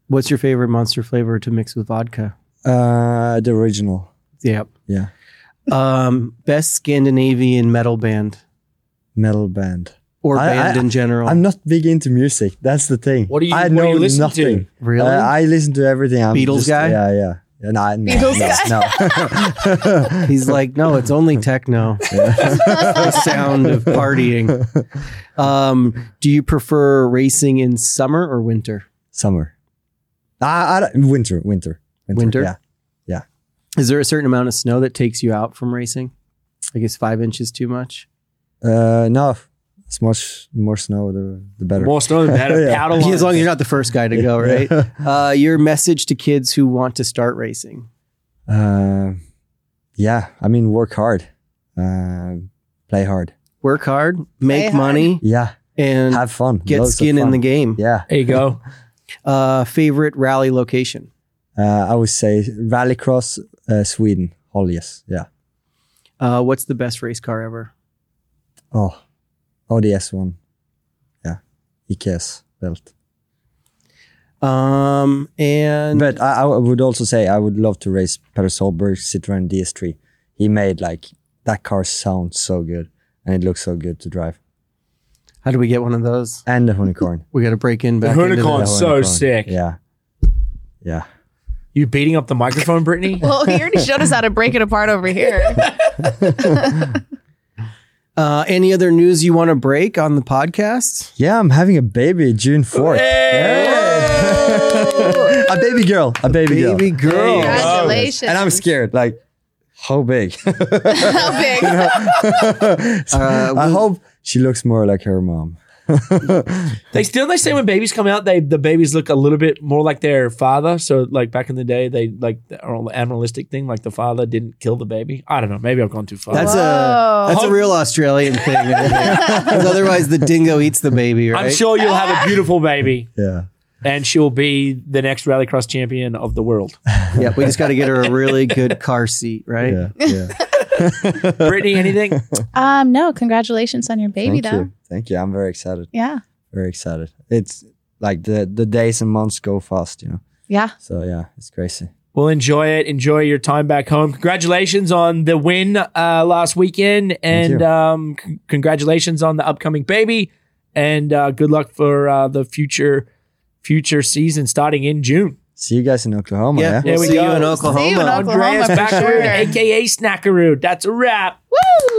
Speaker 4: What's your favorite monster flavor to mix with vodka?
Speaker 1: Uh, the original.
Speaker 4: Yep.
Speaker 1: Yeah.
Speaker 4: Um, best Scandinavian metal band
Speaker 1: Metal band.
Speaker 4: or
Speaker 1: I-
Speaker 4: band
Speaker 1: I-
Speaker 4: in general?
Speaker 1: I'm not big into music. That's the thing.
Speaker 2: Oh. What do you-
Speaker 1: I
Speaker 2: what do
Speaker 1: know
Speaker 2: you listen to?
Speaker 1: nothing.
Speaker 4: really?
Speaker 1: Uh, I [LAUGHS] listen to everything. I'm
Speaker 4: Beatles
Speaker 1: just-
Speaker 4: guy?
Speaker 1: Yeah, yeah. Yeah, No, I- no,
Speaker 3: Beatles
Speaker 1: no,
Speaker 3: guy?
Speaker 1: no.
Speaker 4: [LAUGHS] He's like, no, it's only techno. the sound of partying. Um, do you prefer racing in summer or winter?
Speaker 1: [LAUGHS] Summer. I, I don't- winter, winter,
Speaker 4: Winter?
Speaker 1: Yeah.
Speaker 4: Is there a certain amount of snow that takes you out from racing? I guess five inches too much.
Speaker 1: Uh, no, as much more snow, the, the better.
Speaker 2: More snow than better.
Speaker 1: Yeah.
Speaker 2: Paddle
Speaker 4: As long as
Speaker 2: lines.
Speaker 4: you're not the first guy to go, right?
Speaker 1: [LAUGHS]
Speaker 4: Uh, your message to kids who want to start racing.
Speaker 1: Uh, yeah, I mean, work hard, uh, play hard.
Speaker 4: Work hard, make
Speaker 3: hard.
Speaker 4: money,
Speaker 1: Yeah,
Speaker 4: and
Speaker 1: have fun.
Speaker 4: get
Speaker 1: Loads of
Speaker 4: skin in
Speaker 1: fun.
Speaker 4: the game.
Speaker 1: Yeah,
Speaker 2: there you go.
Speaker 4: Uh, favorite rally location.
Speaker 1: uh, I would say rallycross, uh, Sweden, Hollius. Yeah.
Speaker 4: Uh, what's the best race car ever?
Speaker 1: Oh, ODS one. Yeah, EKS belt.
Speaker 4: Um, and
Speaker 1: But I, I would also say I would love to race Peter Solberg Citroen DS3. He made like that car sounds so good and it looks so good to drive.
Speaker 4: how do we get one of those?
Speaker 1: And the unicorn.
Speaker 4: We got to break in back. into
Speaker 2: Hunicorn.
Speaker 4: that.
Speaker 2: That's
Speaker 1: The
Speaker 2: so
Speaker 1: unicorn.
Speaker 2: sick.
Speaker 1: Yeah, yeah.
Speaker 2: You beating up the microphone, Brittany?
Speaker 3: [LAUGHS] Well, he already showed us how to break it apart
Speaker 1: [LAUGHS]
Speaker 3: over here.
Speaker 4: Uh, any other news you want to break on the podcast?
Speaker 1: Yeah, I'm having a baby June 4th. Yeah. [LAUGHS] a baby girl. A baby,
Speaker 4: Baby
Speaker 1: girl.
Speaker 4: girl.
Speaker 3: Congratulations.
Speaker 1: And I'm scared. Like, how big? [LAUGHS]
Speaker 4: Uh,
Speaker 3: How big?
Speaker 1: I hope she looks more like her mom.
Speaker 2: [LAUGHS] They still they say when babies come out, they the babies look a little bit more like their father. So like back in the day, they like the oral- animalistic thing, like the father didn't kill the baby. I don't know. Maybe I've gone too far.
Speaker 4: That's
Speaker 3: Whoa.
Speaker 4: a that's a real Australian thing. isn't [LAUGHS]
Speaker 3: [LAUGHS]
Speaker 4: it? 'Cause otherwise, the dingo eats the baby, right?
Speaker 2: I'm sure you'll have a beautiful baby,
Speaker 1: Yeah.
Speaker 2: and she'll be the next rallycross champion of the
Speaker 4: [LAUGHS]
Speaker 2: world.
Speaker 4: Yeah, we just got to get her a really good car seat, right? [LAUGHS]
Speaker 1: Yeah. Yeah.
Speaker 2: Brittany, anything?
Speaker 3: Um, no, congratulations on your baby,
Speaker 1: Thank
Speaker 3: though.
Speaker 1: you. Thank you. I'm very excited.
Speaker 3: Yeah,
Speaker 1: Very excited. It's like the, the days and months go fast, you know?
Speaker 3: yeah.
Speaker 1: So, yeah, it's crazy.
Speaker 2: Well, enjoy it. Enjoy your time back home. Congratulations on the win uh, last weekend, and
Speaker 1: you.
Speaker 2: um, c- congratulations on the upcoming baby, and uh, good luck for uh, the future future season starting in June.
Speaker 1: See you guys in Oklahoma.
Speaker 4: Yeah,
Speaker 1: Yeah.
Speaker 2: There
Speaker 4: we'll
Speaker 2: we
Speaker 4: see
Speaker 2: go.
Speaker 4: you in
Speaker 2: See you in
Speaker 4: Oklahoma.
Speaker 3: Oklahoma.
Speaker 2: Andreas
Speaker 3: for sure.
Speaker 2: Backerud, aka Snackaroo. That's a wrap.
Speaker 3: Woo!